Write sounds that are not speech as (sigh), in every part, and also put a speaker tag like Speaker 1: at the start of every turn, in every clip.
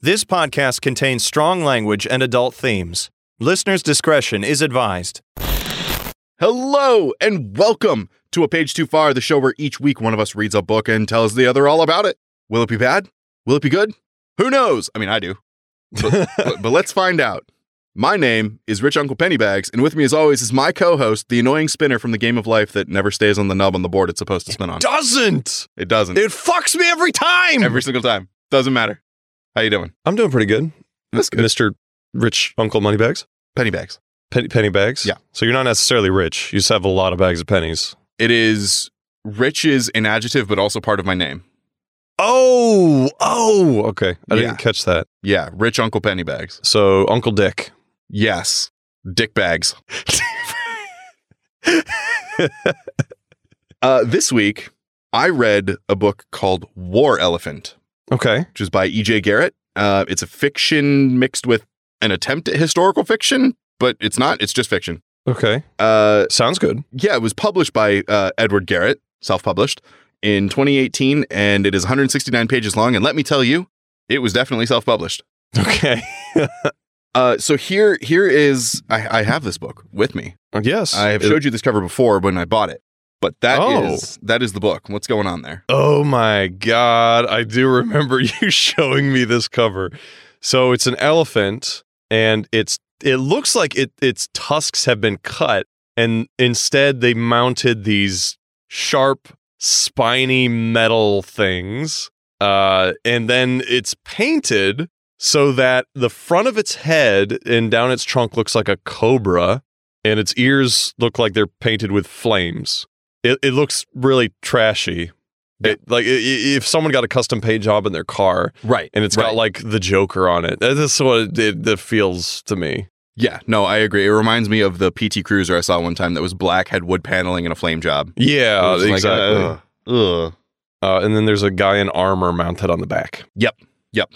Speaker 1: This podcast contains strong language and adult themes. Listener's discretion is advised.
Speaker 2: Hello and welcome to A Page Too Far, the show where each week one of us reads a book and tells the other all about it. Will it be bad? Will it be good? Who knows? I mean, I do. But, but let's find out. My name is Rich Uncle Pennybags, and with me as always is my co-host, the annoying spinner from the game of life that never stays on the nub on the board it's supposed to spin on.
Speaker 1: Doesn't!
Speaker 2: It doesn't.
Speaker 1: It fucks me every time!
Speaker 2: Every single time. Doesn't matter. How you doing?
Speaker 1: I'm doing pretty good.
Speaker 2: That's good.
Speaker 1: Mr. Rich Uncle Moneybags?
Speaker 2: Pennybags.
Speaker 1: Penny, penny bags?
Speaker 2: Yeah.
Speaker 1: So you're not necessarily rich. You just have a lot of bags of pennies.
Speaker 2: It is rich is an adjective, but also part of my name.
Speaker 1: Oh, oh, okay. I
Speaker 2: Yeah.
Speaker 1: didn't catch that.
Speaker 2: Yeah, Rich Uncle Pennybags.
Speaker 1: So Uncle (laughs) Dick.
Speaker 2: Yes. Dick bags. Uh, this week, I read a book called War Elephant,
Speaker 1: okay.
Speaker 2: which is by E.J. Garrett. Uh, it's a fiction mixed with an attempt at historical fiction, but it's not. It's just fiction.
Speaker 1: Okay.
Speaker 2: Uh,
Speaker 1: Sounds good.
Speaker 2: yeah, it was published by uh, Edward Garrett, self published, in 2018, and it is 169 pages long. And let me tell you, it was definitely self published.
Speaker 1: Okay.
Speaker 2: Uh, so here, here is I, I have this book with me.
Speaker 1: yes.
Speaker 2: I have
Speaker 1: It-
Speaker 2: showed you this cover before when I bought it, but that is
Speaker 1: Oh.
Speaker 2: that is the book. What's going on there?
Speaker 1: Oh my God. I do remember (laughs) you showing me this cover. So it's an elephant and it's it looks like it its tusks have been cut and instead they mounted these sharp spiny metal things uh and then it's painted so that the front of its head and down its trunk looks like a cobra and its ears look like they're painted with flames. It it looks really trashy.
Speaker 2: Yeah.
Speaker 1: It, like i- i- if someone got a custom paint job in their car
Speaker 2: Right,
Speaker 1: and it's got like the Joker on it, that's what it, it, that feels to me.
Speaker 2: Yeah, no, I agree. It reminds me of the PT Cruiser I saw one time that was black, had wood paneling, and a flame job. It
Speaker 1: Yeah,
Speaker 2: was like,
Speaker 1: Oh, exactly.
Speaker 2: uh, ugh.
Speaker 1: uh, and then there's a guy in armor mounted on the back.
Speaker 2: Yep, yep.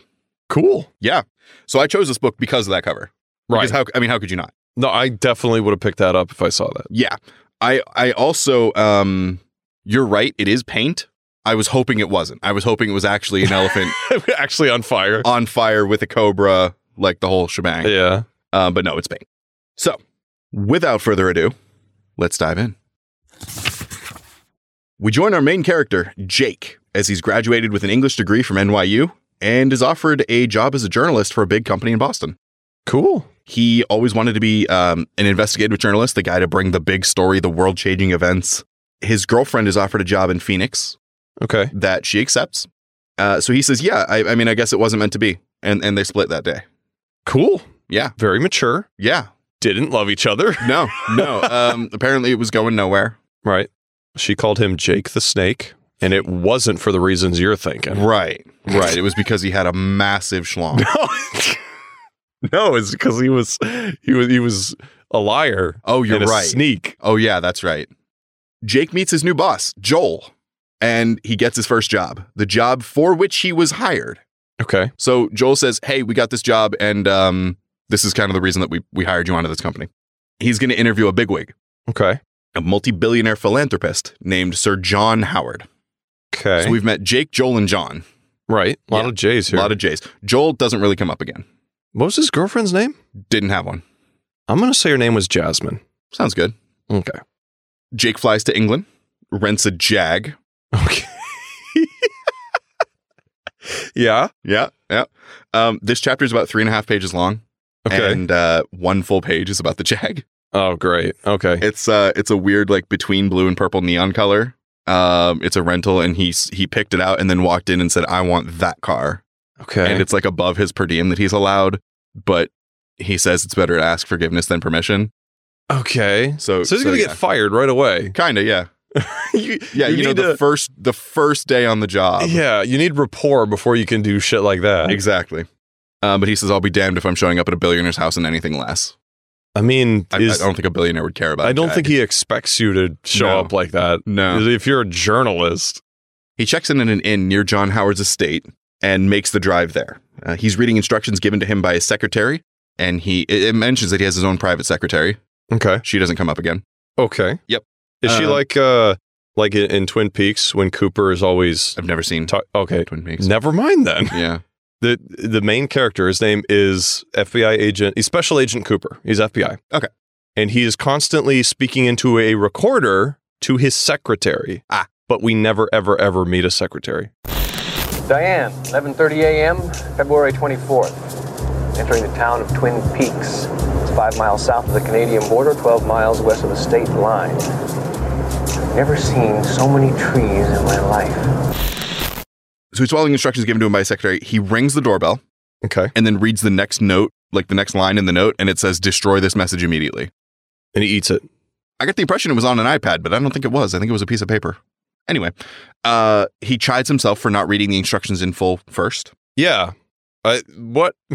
Speaker 1: Cool.
Speaker 2: Yeah. So I chose this book because of that cover.
Speaker 1: Right.
Speaker 2: Because how, I mean, how could you not?
Speaker 1: no, I definitely would have picked that up if I saw that.
Speaker 2: Yeah. I, I also, um, you're right. It is paint. I was hoping it wasn't. I was hoping it was actually
Speaker 1: (laughs)
Speaker 2: an elephant
Speaker 1: Actually on fire.
Speaker 2: on fire with a cobra, like the whole shebang.
Speaker 1: yeah.
Speaker 2: Uh, but no, it's paint. So without further ado, let's dive in. We join our main character, Jake, as he's graduated with an English degree from NYU and is offered a job as a journalist for a big company in Boston.
Speaker 1: Cool.
Speaker 2: He always wanted to be um, an investigative journalist, the guy to bring the big story, the world changing events. His girlfriend is offered a job in Phoenix
Speaker 1: Okay.
Speaker 2: that she accepts. Uh, so he says, Yeah, I, I mean, I guess it wasn't meant to be. And, and they split that day.
Speaker 1: Cool.
Speaker 2: Yeah.
Speaker 1: Very mature.
Speaker 2: Yeah.
Speaker 1: Didn't love each other. (laughs)
Speaker 2: No, no. um, apparently it was going nowhere.
Speaker 1: Right. She called him Jake the Snake, and it wasn't for the reasons you're thinking.
Speaker 2: Right, right. It was because he had a massive schlong.
Speaker 1: (laughs) No, no, it's because he was he was he was a liar.
Speaker 2: Oh, you're
Speaker 1: and a
Speaker 2: right.
Speaker 1: Sneak.
Speaker 2: Oh, yeah, that's right. Jake meets his new boss, Joel, and he gets his first job, the job for which he was hired.
Speaker 1: Okay.
Speaker 2: So Joel says, Hey, we got this job, and um, this is kind of the reason that we, we hired you onto this company. He's going to interview a bigwig,
Speaker 1: Okay.
Speaker 2: a multi billionaire philanthropist named Sir John Howard.
Speaker 1: Okay.
Speaker 2: So we've met Jake, Joel, and John.
Speaker 1: right. A lot
Speaker 2: Yeah.
Speaker 1: of J's
Speaker 2: A
Speaker 1: here.
Speaker 2: lot of J's. Joel doesn't really come up again.
Speaker 1: what was his girlfriend's name?
Speaker 2: Didn't have one.
Speaker 1: I'm gonna say her name was Jasmine.
Speaker 2: Sounds good.
Speaker 1: Okay.
Speaker 2: Jake flies to England, rents a Jag.
Speaker 1: Okay. (laughs) yeah.
Speaker 2: Yeah, yeah. Um, this chapter is about three and a half pages long,
Speaker 1: Okay.
Speaker 2: and uh, one full page is about the Jag. (laughs)
Speaker 1: oh, great. Okay.
Speaker 2: It's uh, it's a weird like between blue and purple neon color. Um, it's a rental, and he s- he picked it out and then walked in and said, "I want that car."
Speaker 1: okay.
Speaker 2: And it's like above his per diem that he's allowed, but he says it's better to ask forgiveness than permission.
Speaker 1: okay.
Speaker 2: So,
Speaker 1: So he's gonna get fired right away.
Speaker 2: kind of yeah,
Speaker 1: (laughs) you,
Speaker 2: yeah. You, know,
Speaker 1: need
Speaker 2: the
Speaker 1: to-
Speaker 2: first the first day on the job.
Speaker 1: yeah, you need rapport before you can do shit like that.
Speaker 2: (laughs) Exactly. Um, but he says, I'll be damned if I'm showing up at a billionaire's house and anything less.
Speaker 1: I mean,
Speaker 2: I,
Speaker 1: is-
Speaker 2: I don't think a billionaire would care about
Speaker 1: I don't
Speaker 2: Jag.
Speaker 1: think he expects you to show
Speaker 2: No.
Speaker 1: up like that.
Speaker 2: No.
Speaker 1: If you're a journalist,
Speaker 2: He checks in at an inn near John Howard's estate and makes the drive there. Uh, he's reading instructions given to him by his secretary, and he it, it mentions that he has his own private secretary.
Speaker 1: okay,
Speaker 2: She doesn't come up again.
Speaker 1: okay,
Speaker 2: Yep.
Speaker 1: Is she
Speaker 2: Uh,
Speaker 1: like uh like in, in Twin Peaks when Cooper is always
Speaker 2: I've never seen
Speaker 1: ta- okay?
Speaker 2: Twin Peaks.
Speaker 1: Never mind then.
Speaker 2: Yeah.
Speaker 1: the the main character. His name is FBI agent, he's Special Agent Cooper. He's FBI.
Speaker 2: Okay.
Speaker 1: and he is constantly speaking into a recorder to his secretary.
Speaker 2: Ah.
Speaker 1: but we never, ever, ever meet a secretary.
Speaker 3: Diane, 11:30 a.m., February 24th. Entering the town of Twin Peaks. It's 5 miles south of the Canadian border, 12 miles west of the state line. Never seen so many trees in my life.
Speaker 2: So he's following instructions given to him by his secretary. He rings the doorbell
Speaker 1: Okay,
Speaker 2: and then reads the next note, like the next line in the note, and it says, destroy this message immediately.
Speaker 1: and he eats it.
Speaker 2: I got the impression it was on an iPad, but I don't think it was. I think it was a piece of paper. Anyway, uh, he chides himself for not reading the instructions in full first.
Speaker 1: Yeah. I what (laughs)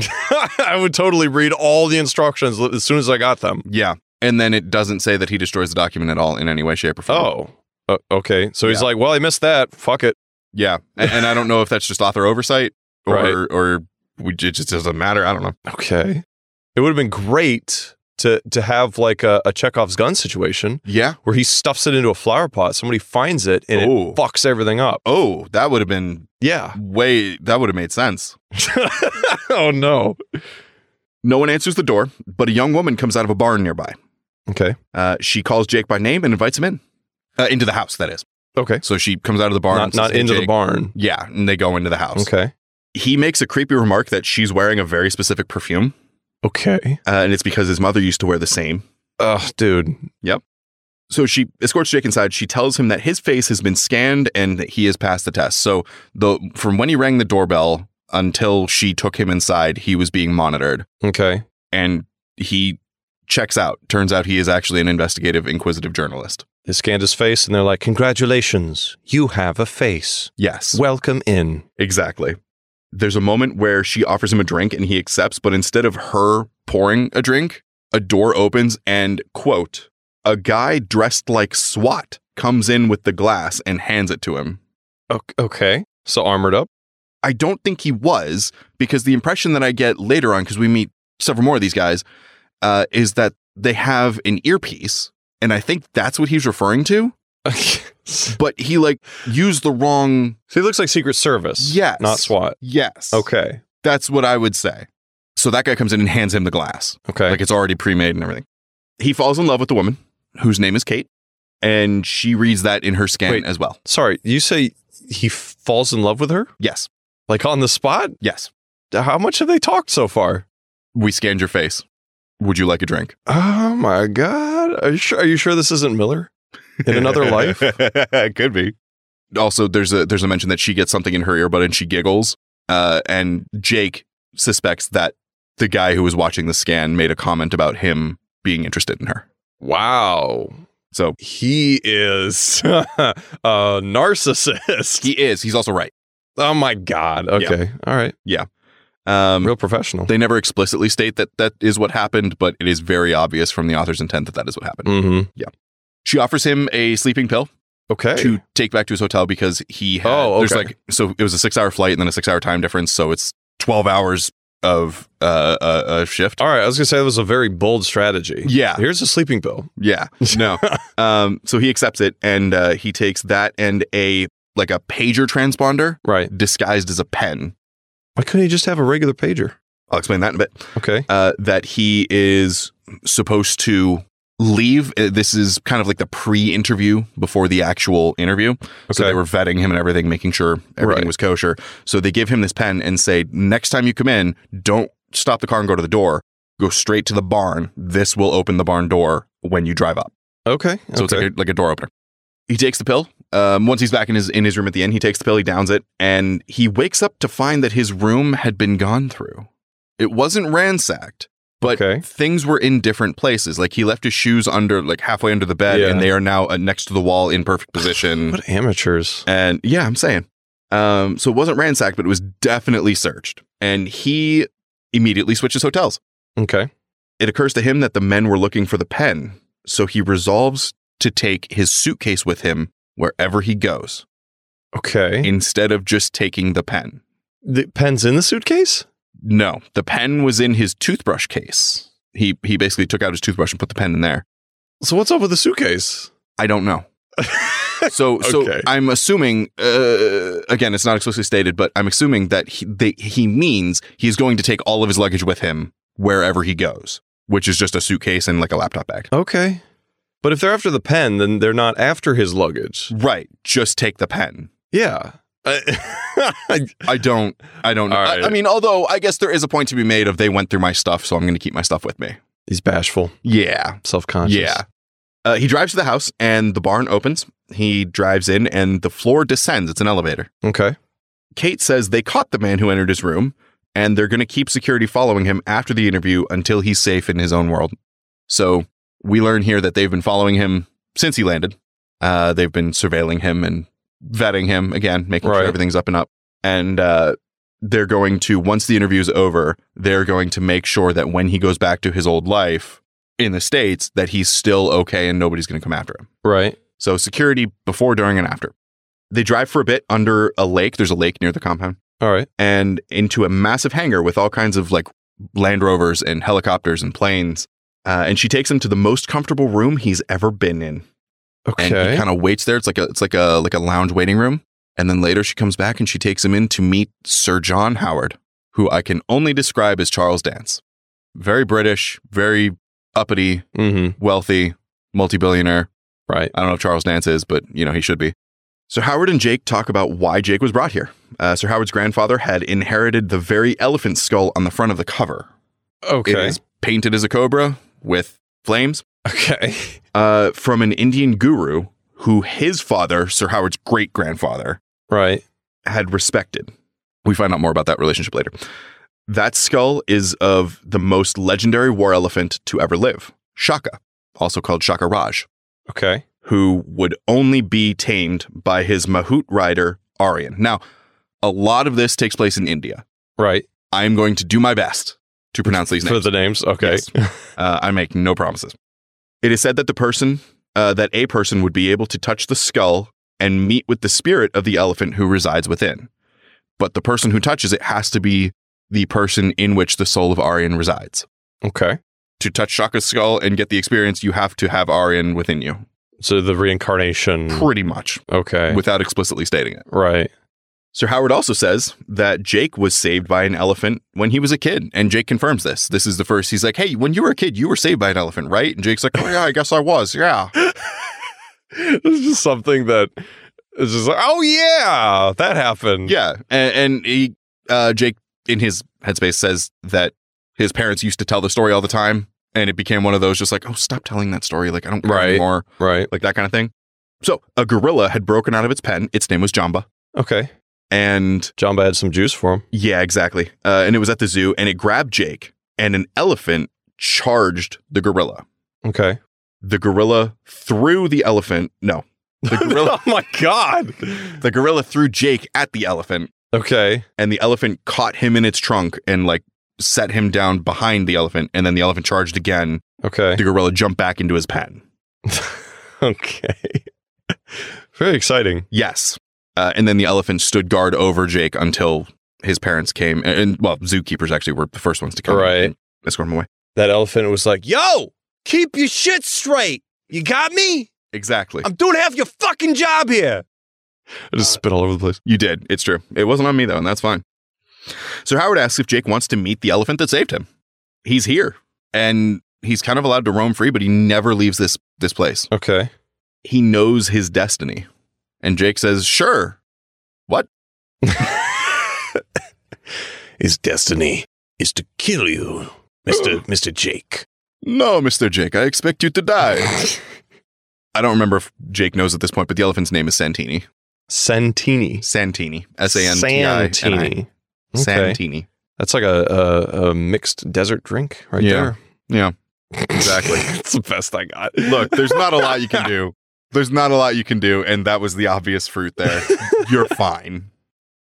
Speaker 1: I would totally read all the instructions as soon as I got them.
Speaker 2: Yeah. And then it doesn't say that he destroys the document at all in any way, shape, or form.
Speaker 1: Oh. Uh, okay. So he's
Speaker 2: Yeah.
Speaker 1: like, "Well, I missed that. Fuck it."
Speaker 2: Yeah. A- And, I don't know if that's just author oversight or
Speaker 1: Right.
Speaker 2: or we, it just doesn't matter. I don't know.
Speaker 1: Okay. It would have been great to to have like a, a Chekhov's gun situation
Speaker 2: Yeah.
Speaker 1: where he stuffs it into a flower pot, somebody finds it and
Speaker 2: Oh.
Speaker 1: it fucks everything up.
Speaker 2: Oh, that would have been
Speaker 1: Yeah. (laughs)
Speaker 2: way that would have made sense.
Speaker 1: oh no.
Speaker 2: No one answers the door, but a young woman comes out of a barn nearby.
Speaker 1: Okay.
Speaker 2: Uh, she calls Jake by name and invites him in. Uh, into the house, that is.
Speaker 1: Okay.
Speaker 2: So she comes out of the barn. and
Speaker 1: not
Speaker 2: says,
Speaker 1: not
Speaker 2: "Hey,
Speaker 1: into the
Speaker 2: Jake."
Speaker 1: barn.
Speaker 2: Yeah, and they go into the house.
Speaker 1: Okay.
Speaker 2: He makes a creepy remark that she's wearing a very specific perfume,
Speaker 1: Okay.
Speaker 2: uh, and it's because his mother used to wear the same.
Speaker 1: Ugh, dude.
Speaker 2: So she escorts Jake inside. She tells him that his face has been scanned and that he has passed the test. So the from when he rang the doorbell until she took him inside, he was being monitored,
Speaker 1: Okay.
Speaker 2: and he checks out. Turns out he is actually an investigative, inquisitive journalist.
Speaker 1: They scanned his face and they're like, "Congratulations. You have a face."
Speaker 2: Yes,
Speaker 1: Welcome in.
Speaker 2: exactly. There's a moment where she offers him a drink and he accepts, but instead of her pouring a drink, a door opens and quote, a guy dressed like SWAT comes in with the glass and hands it to him.
Speaker 1: Okay. So armored up. (laughs)
Speaker 2: I don't think he was because the impression that I get later on, because we meet several more of these guys, uh, is that they have an earpiece, and I think that's what he's referring to.
Speaker 1: so
Speaker 2: But he like used the wrong.
Speaker 1: he looks like Secret Service.
Speaker 2: Yes.
Speaker 1: Not SWAT.
Speaker 2: Yes.
Speaker 1: Okay.
Speaker 2: That's what I would say. So that guy comes in and hands him the glass,
Speaker 1: Okay.
Speaker 2: like it's already pre-made and everything. He falls in love with the woman whose name is Kate, and she reads that in her scan
Speaker 1: Wait.
Speaker 2: as well.
Speaker 1: Sorry, you say he f- falls in love with her?
Speaker 2: Yes.
Speaker 1: Like on the spot?
Speaker 2: Yes.
Speaker 1: How much have they talked so far?
Speaker 2: We scanned your face. Would you like a drink?
Speaker 1: Oh my God. Are you sure, are you sure this isn't Miller? In another life?
Speaker 2: (laughs) could be also there's a there's a mention that she gets something in her earbud and she giggles uh, and jake suspects that the guy who was watching the scan made a comment about him being interested in her
Speaker 1: (laughs) Wow.
Speaker 2: so
Speaker 1: He is (laughs) a narcissist.
Speaker 2: he is he's also right
Speaker 1: oh my God. Okay. All right.
Speaker 2: um,
Speaker 1: Real professional.
Speaker 2: they never explicitly state that that is what happened but it is very obvious from the author's intent that that is what happened
Speaker 1: hmm
Speaker 2: she offers him a sleeping pill
Speaker 1: Okay.
Speaker 2: to take back to his hotel because he had,
Speaker 1: Oh,
Speaker 2: there's
Speaker 1: okay.
Speaker 2: like so it was a six hour flight and then a six hour time difference so it's 12 hours of uh, a, a shift
Speaker 1: All right. I was going to say that was a very bold strategy.
Speaker 2: yeah
Speaker 1: Here's a sleeping pill.
Speaker 2: yeah
Speaker 1: (laughs)
Speaker 2: no um so he accepts it and uh, he takes that and a like a pager transponder
Speaker 1: Right.
Speaker 2: disguised as a pen
Speaker 1: Why couldn't he just have a regular pager?
Speaker 2: i'll explain that in a bit
Speaker 1: Okay.
Speaker 2: uh, that he is supposed to leave Uh, this is kind of like the pre-interview before the actual interview So
Speaker 1: Okay.
Speaker 2: they were vetting him and everything, making sure everything
Speaker 1: Right.
Speaker 2: was kosher. So they give him this pen and say, next time you come in, don't stop the car and go to the door. Go straight to the barn. This will open the barn door when you drive up.
Speaker 1: okay.
Speaker 2: So it's
Speaker 1: okay.
Speaker 2: like a, like a door opener. He takes the pill. Um, once he's back in his in his room at the end, he takes the pill, he downs it, and he wakes up to find that his room had been gone through. It wasn't ransacked, but
Speaker 1: Okay.
Speaker 2: things were in different places. Like he left his shoes under, like halfway under the bed,
Speaker 1: Yeah.
Speaker 2: and they are now uh, next to the wall in (laughs) perfect position.
Speaker 1: what amateurs.
Speaker 2: And yeah, I'm saying. Um, so it wasn't ransacked, but it was definitely searched. And he immediately switches hotels.
Speaker 1: Okay.
Speaker 2: It occurs to him that the men were looking for the pen. So he resolves to take his suitcase with him wherever he goes
Speaker 1: Okay.
Speaker 2: instead of just taking the pen.
Speaker 1: The pen's in the suitcase?
Speaker 2: No, the pen was in his toothbrush case. He, he basically took out his toothbrush and put the pen in there.
Speaker 1: (laughs) So what's up with the suitcase?
Speaker 2: I don't know. So, so
Speaker 1: Okay.
Speaker 2: I'm assuming uh, again, it's not explicitly stated, but I'm assuming that he, they, he means he's going to take all of his luggage with him wherever he goes, which is just a suitcase and like a laptop bag.
Speaker 1: Okay. But if they're after the pen, then they're not after his luggage.
Speaker 2: Right. Just take the pen.
Speaker 1: Yeah. (laughs) I-
Speaker 2: I don't. I don't. know.
Speaker 1: All
Speaker 2: I,
Speaker 1: right.
Speaker 2: I mean, although I guess there is a point to be made of they went through my stuff, so I'm going to keep my stuff with me.
Speaker 1: He's bashful,
Speaker 2: Yeah.
Speaker 1: self conscious.
Speaker 2: Yeah. Uh, he drives to the house and the barn opens. He drives in and the floor descends. It's an elevator.
Speaker 1: Okay.
Speaker 2: Kate says they caught the man who entered his room and they're going to keep security following him after the interview until he's safe in his own world. So we learn here that they've been following him since he landed. Uh, they've been surveilling him and vetting him again, making sure
Speaker 1: Right.
Speaker 2: everything's up and up. And uh, they're going to, once the interview's over, they're going to make sure that when he goes back to his old life in the States, that he's still okay and nobody's going to come after him.
Speaker 1: Right.
Speaker 2: So security before, during, and after. They drive for a bit under a lake. There's a lake near the compound
Speaker 1: All right.
Speaker 2: and into a massive hangar with all kinds of like Land Rovers and helicopters and planes. Uh, and she takes him to the most comfortable room he's ever been in, and he
Speaker 1: Okay.
Speaker 2: kind of waits there. It's like a it's like a like a lounge waiting room. And then later she comes back and she takes him in to meet Sir John Howard, who I can only describe as Charles Dance. Very British, very uppity,
Speaker 1: mm-hmm.
Speaker 2: wealthy, multi-billionaire.
Speaker 1: Right.
Speaker 2: I don't know if Charles Dance is, but you know he should be. So Howard and Jake talk about why Jake was brought here. Uh, Sir Howard's grandfather had inherited the very elephant skull on the front of the cover. It
Speaker 1: Okay.
Speaker 2: is painted as a cobra with flames
Speaker 1: (laughs) Okay.
Speaker 2: uh, from an Indian guru who his father, Sir Howard's great grandfather,
Speaker 1: Right.
Speaker 2: had respected. We find out more about that relationship later. That skull is of the most legendary war elephant to ever live, Shaka, also called Shaka Raj.
Speaker 1: Okay.
Speaker 2: who would only be tamed by his Mahout rider, Aryan. Now, a lot of this takes place in India.
Speaker 1: Right.
Speaker 2: I am going to do my best to pronounce these
Speaker 1: For
Speaker 2: names.
Speaker 1: the names. Okay.
Speaker 2: Uh, I make no promises. It is said that the person, uh, that a person would be able to touch the skull and meet with the spirit of the elephant who resides within. But the person who touches it has to be the person in which the soul of Aryan resides.
Speaker 1: Okay.
Speaker 2: To touch Shaka's skull and get the experience, you have to have Aryan within you,
Speaker 1: So the reincarnation.
Speaker 2: pretty much,
Speaker 1: Hmm. Okay.
Speaker 2: without explicitly stating it.
Speaker 1: right.
Speaker 2: Sir Howard also says that Jake was saved by an elephant when he was a kid. And Jake confirms this. This is the first. He's like, hey, when you were a kid, you were saved by an elephant, right? And Jake's like, oh, yeah, I guess I was. Yeah.
Speaker 1: (laughs) this is something that is just like, oh yeah, that happened.
Speaker 2: Yeah. And, and he, uh, Jake, in his headspace, says that his parents used to tell the story all the time. And it became one of those just like, oh, stop telling that story. Like, I don't care
Speaker 1: Right.
Speaker 2: anymore.
Speaker 1: Right.
Speaker 2: Like that kind of thing. So a gorilla had broken out of its pen. Its name was Jamba.
Speaker 1: Okay.
Speaker 2: And
Speaker 1: Jamba had some juice for him.
Speaker 2: Yeah, exactly. Uh, and it was at the zoo, and it grabbed Jake, and an elephant charged the gorilla.
Speaker 1: (laughs) Okay.
Speaker 2: The gorilla threw the elephant. No,
Speaker 1: (laughs)
Speaker 2: the gorilla,
Speaker 1: oh my god.
Speaker 2: the gorilla threw Jake at the elephant,
Speaker 1: Okay.
Speaker 2: and the elephant caught him in its trunk and like set him down behind the elephant. And then the elephant charged again.
Speaker 1: Okay.
Speaker 2: The gorilla jumped back into his pen.
Speaker 1: (laughs) okay. Very exciting.
Speaker 2: Yes. Uh, and then the elephant stood guard over Jake until his parents came, and, and, well, zookeepers actually were the first ones to come.
Speaker 1: Right.
Speaker 2: and escort him away.
Speaker 1: That elephant was like, yo, keep your shit straight. You got me?
Speaker 2: Exactly.
Speaker 1: I'm doing half your fucking job here. I just spit all over the place.
Speaker 2: You did. It's true. It wasn't on me though, and that's fine. So Howard asks if Jake wants to meet the elephant that saved him. He's here, and he's kind of allowed to roam free, but he never leaves this this place.
Speaker 1: Okay.
Speaker 2: He knows his destiny, and Jake says, "Sure."
Speaker 4: His destiny is to kill you, Mr. Mr. Jake.
Speaker 2: No, Mister Jake, I expect you to die. I don't remember if Jake knows at this point, but the elephant's name is Santini.
Speaker 1: Santini.
Speaker 2: Santini. S a n t i n i.
Speaker 1: Santini. Okay.
Speaker 2: Santini.
Speaker 1: That's like a, a, a mixed desert drink right
Speaker 2: Yeah.
Speaker 1: there.
Speaker 2: Yeah.
Speaker 1: (laughs)
Speaker 2: Exactly.
Speaker 1: That's the best I got.
Speaker 2: Look, there's not a lot you can do. There's not a lot you can do, and that was the obvious fruit there. You're fine.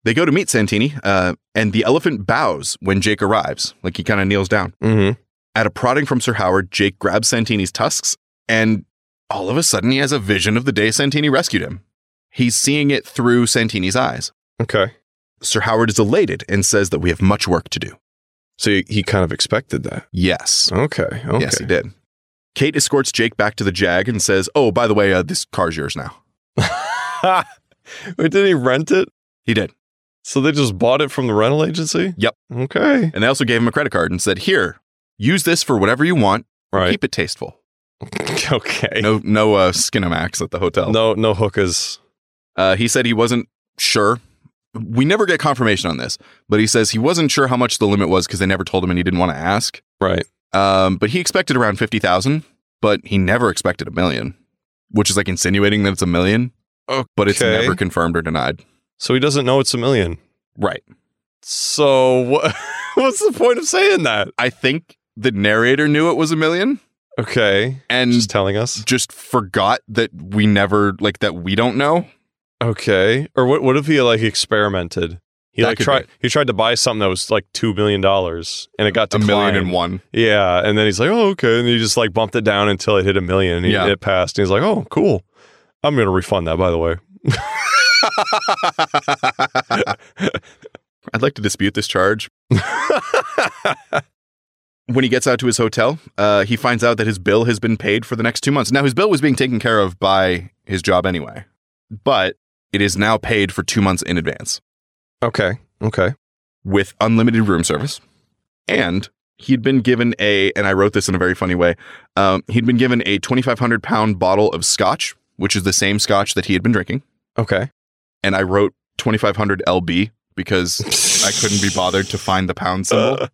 Speaker 2: They go to meet Santini, uh, and the elephant bows when Jake arrives. Like he kind of kneels down.
Speaker 1: (laughs) Mm-hmm.
Speaker 2: At a prodding from Sir Howard, Jake grabs Santini's tusks, and all of a sudden he has a vision of the day Santini rescued him. He's seeing it through Santini's eyes.
Speaker 1: Okay.
Speaker 2: Sir Howard is elated and says that we have much work to do.
Speaker 1: So he- he kind of expected that.
Speaker 2: Yes.
Speaker 1: Okay. Okay.
Speaker 2: Yes, he did. Kate escorts Jake back to the Jag and says, Oh, by the way, uh, this car's yours now.
Speaker 1: (laughs) Wait, did he rent it?
Speaker 2: He did.
Speaker 1: So they just bought it from the rental agency?
Speaker 2: Yep.
Speaker 1: Okay.
Speaker 2: And they also gave him a credit card and said, "Here, use this for whatever you want.
Speaker 1: Right.
Speaker 2: Keep it tasteful.
Speaker 1: (laughs) okay.
Speaker 2: No, no uh, skinamax at the hotel."
Speaker 1: No, no hookahs.
Speaker 2: Uh, he said he wasn't sure. We never get confirmation on this, but he says he wasn't sure how much the limit was because they never told him and he didn't want to ask.
Speaker 1: Right.
Speaker 2: Um, but he expected around fifty thousand, but he never expected a million, which is like insinuating that it's a million, but it's
Speaker 1: Okay.
Speaker 2: never confirmed or denied.
Speaker 1: So he doesn't know it's a million.
Speaker 2: Right.
Speaker 1: So what? (laughs) What's the point of saying that?
Speaker 2: I think the narrator knew it was a million
Speaker 1: Okay,
Speaker 2: and
Speaker 1: just
Speaker 2: just,
Speaker 1: telling us.
Speaker 2: forgot that we never like that we don't know.
Speaker 1: Okay, or what? What if he like experimented? He
Speaker 2: That
Speaker 1: like
Speaker 2: could
Speaker 1: tried.
Speaker 2: be.
Speaker 1: He tried to buy something that was like two million dollars, and it got
Speaker 2: A
Speaker 1: declined.
Speaker 2: million and one.
Speaker 1: Yeah, and then he's like, "Oh, okay," and he just like bumped it down until it hit a million. And he-
Speaker 2: Yeah.
Speaker 1: it passed. And he's like, "Oh, cool." I'm gonna refund that, by the way. (laughs)
Speaker 2: (laughs) I'd like to dispute this charge. When he gets out to his hotel, uh, he finds out that his bill has been paid for the next two months. Now, his bill was being taken care of by his job anyway, but it is now paid for two months in advance
Speaker 1: Okay, okay.
Speaker 2: with unlimited room service. And he'd been given a, and I wrote this in a very funny way, um, he'd been given a 2,500 pound bottle of scotch, which is the same scotch that he had been drinking.
Speaker 1: Okay.
Speaker 2: And I wrote 2,500 LB because I couldn't be
Speaker 1: (laughs)
Speaker 2: bothered to find the pound symbol.
Speaker 1: Uh.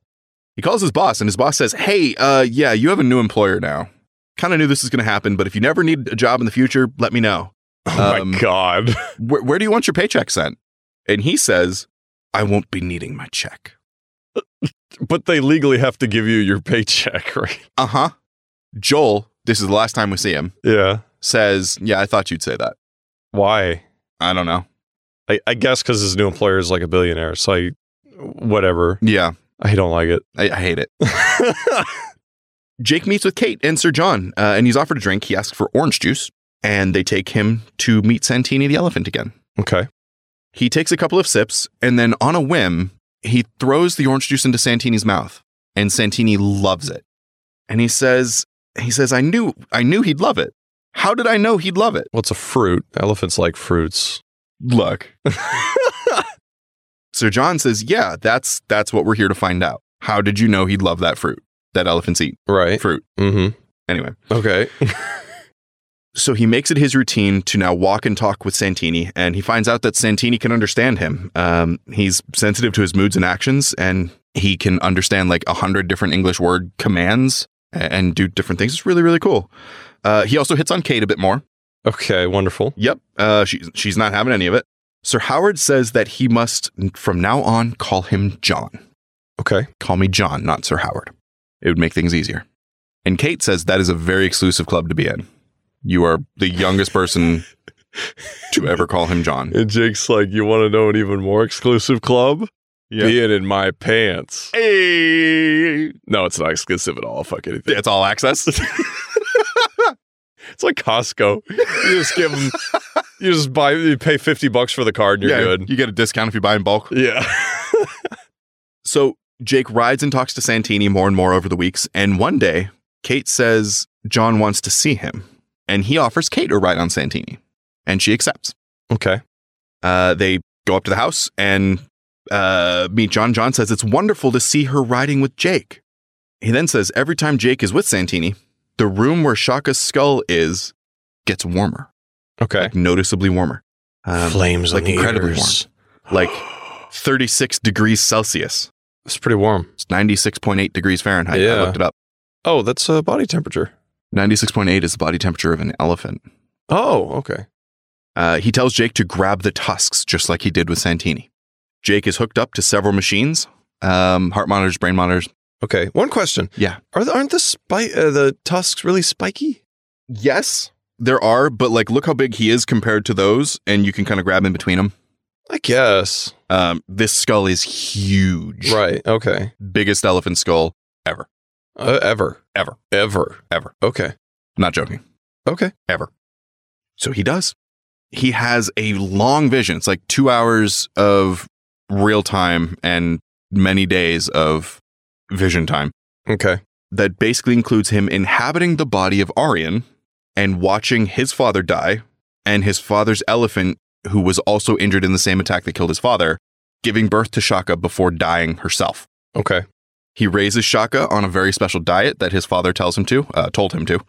Speaker 2: he calls his boss, and his boss says, "Hey, uh, yeah, you have a new employer now. Kind of knew this was going to happen, but if you never need a job in the future, let me know.
Speaker 1: Oh
Speaker 2: Um,
Speaker 1: my god.
Speaker 2: Where, where do you want your paycheck sent?" And he says, "I won't be needing my check."
Speaker 1: But they legally have to give you your paycheck, (laughs) right?
Speaker 2: Uh huh. Joel, this is the last time we see him.
Speaker 1: Yeah.
Speaker 2: Says, "Yeah, I thought you'd say that.
Speaker 1: Why?
Speaker 2: I don't know.
Speaker 1: I, I guess because his new employer is like a billionaire. So I, whatever.
Speaker 2: Yeah,
Speaker 1: I don't like it.
Speaker 2: I, I hate it." Jake meets with Kate and Sir John, uh, and he's offered a drink. He asks for orange juice, and they take him to meet Santini the elephant again.
Speaker 1: (laughs) okay.
Speaker 2: He takes a couple of sips and then, on a whim, he throws the orange juice into Santini's mouth, and Santini loves it. And he says, "He says I knew, I knew he'd love it. How did I know he'd love it?
Speaker 1: What's a fruit? Elephants like fruits.
Speaker 2: Look." (laughs) Sir John says, "Yeah, that's that's what we're here to find out. How did you know he'd love that fruit that elephants eat?
Speaker 1: Right.
Speaker 2: Fruit,
Speaker 1: Mm-hmm.
Speaker 2: anyway."
Speaker 1: Okay.
Speaker 2: So he makes it his routine to now walk and talk with Santini, and he finds out that Santini can understand him. Um, he's sensitive to his moods and actions, and he can understand like a hundred different English word commands a- and do different things. It's really, really cool. Uh, he also hits on Kate a bit more.
Speaker 1: Okay. Wonderful.
Speaker 2: Yep, uh, she's she's not having any of it. Sir Howard says that he must from now on call him John.
Speaker 1: Okay.
Speaker 2: Call me John, not Sir Howard. It would make things easier. And Kate says that is a very exclusive club to be in. You are the youngest person to ever call him John.
Speaker 1: And Jake's like, you want to know an even more exclusive club?
Speaker 2: Yeah.
Speaker 1: Being in my pants.
Speaker 2: Hey,
Speaker 1: No, it's not exclusive at all. Fuck anything.
Speaker 2: it's all access.
Speaker 1: It's like Costco. You just give them. You just buy. You pay fifty bucks for the card, and (laughs) you're good.
Speaker 2: You get a discount if you buy in bulk.
Speaker 1: Yeah.
Speaker 2: So Jake rides and talks to Santini more and more over the weeks. And one day, Kate says John wants to see him. And he offers Kate a ride on Santini. And she accepts.
Speaker 1: okay.
Speaker 2: Uh, they go up to the house and uh, meet John. John says it's wonderful to see her riding with Jake. He then says every time Jake is with Santini, the room where Shaka's skull is gets warmer,
Speaker 1: Okay.
Speaker 2: noticeably warmer, um,
Speaker 4: Flames
Speaker 2: like
Speaker 4: on the
Speaker 2: incredibly
Speaker 4: ears.
Speaker 2: like 36 degrees Celsius.
Speaker 1: It's pretty warm.
Speaker 2: It's 96.8 degrees Fahrenheit. I
Speaker 1: Yeah.
Speaker 2: looked it up.
Speaker 1: Oh, that's uh, body temperature.
Speaker 2: 96.8 is the body temperature of an elephant.
Speaker 1: Oh, okay.
Speaker 2: Uh, he tells Jake to grab the tusks, just like he did with Santini. Jake is hooked up to several machines, um, heart monitors, brain monitors,
Speaker 1: Okay. One question.
Speaker 2: Yeah.
Speaker 1: Are the, aren't the spi- uh, the tusks really spiky?
Speaker 2: Yes, there are, but like, look how big he is compared to those, and you can kind of grab in between them.
Speaker 1: I
Speaker 2: (laughs)
Speaker 1: guess.
Speaker 2: Um, this skull is huge,
Speaker 1: Right. Okay.
Speaker 2: Biggest elephant skull.
Speaker 1: Uh, ever.
Speaker 2: Ever.
Speaker 1: Ever.
Speaker 2: Ever.
Speaker 1: Okay.
Speaker 2: Not joking.
Speaker 1: Okay.
Speaker 2: So he does. He has a long vision. It's like two hours of real time and many days of vision time.
Speaker 1: Okay.
Speaker 2: That basically includes him inhabiting the body of Aryan and watching his father die and his father's elephant, who was also injured in the same attack that killed his father, giving birth to Shaka before dying herself.
Speaker 1: Okay.
Speaker 2: He raises Shaka on a very special diet that his father tells him to, uh, told him to.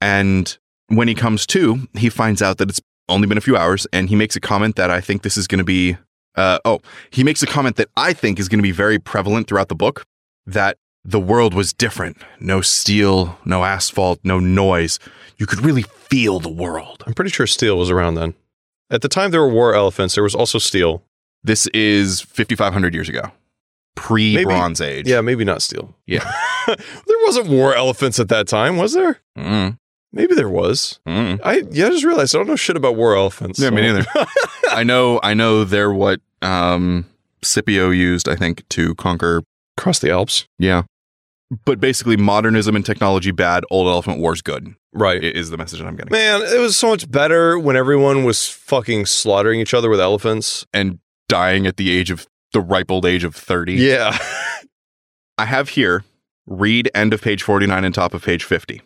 Speaker 2: And when he comes to, he finds out that it's only been a few hours, and he makes a comment that I think this is going to be. Uh, oh, he makes a comment that I think is going to be very prevalent throughout the book that the world was different. No steel, no asphalt, no noise. You could really feel the world.
Speaker 1: I'm pretty sure steel was around then. At the time there were war elephants, there was also steel.
Speaker 2: This is 5,500 years ago, pre Bronze Age.
Speaker 1: Yeah, maybe not steel.
Speaker 2: Yeah.
Speaker 1: (laughs) there wasn't war elephants at that time, was there?
Speaker 2: Mm,
Speaker 1: Maybe there was.
Speaker 2: mm.
Speaker 1: I yeah, I just realized I don't know shit about war elephants.
Speaker 2: Yeah, me
Speaker 1: so- (laughs)
Speaker 2: neither. I know. I know. They're what um, Scipio used, I think, to conquer.
Speaker 1: Across the Alps.
Speaker 2: Yeah. But basically, modernism and technology bad. Old elephant wars good. i-
Speaker 1: Right.
Speaker 2: Is the message that I'm getting.
Speaker 1: Man, it was so much better when everyone was fucking slaughtering each other with elephants.
Speaker 2: And dying at the age of the ripe old age of thirty.
Speaker 1: Yeah. (laughs)
Speaker 2: I have here. Read end of page forty nine and top of page fifty.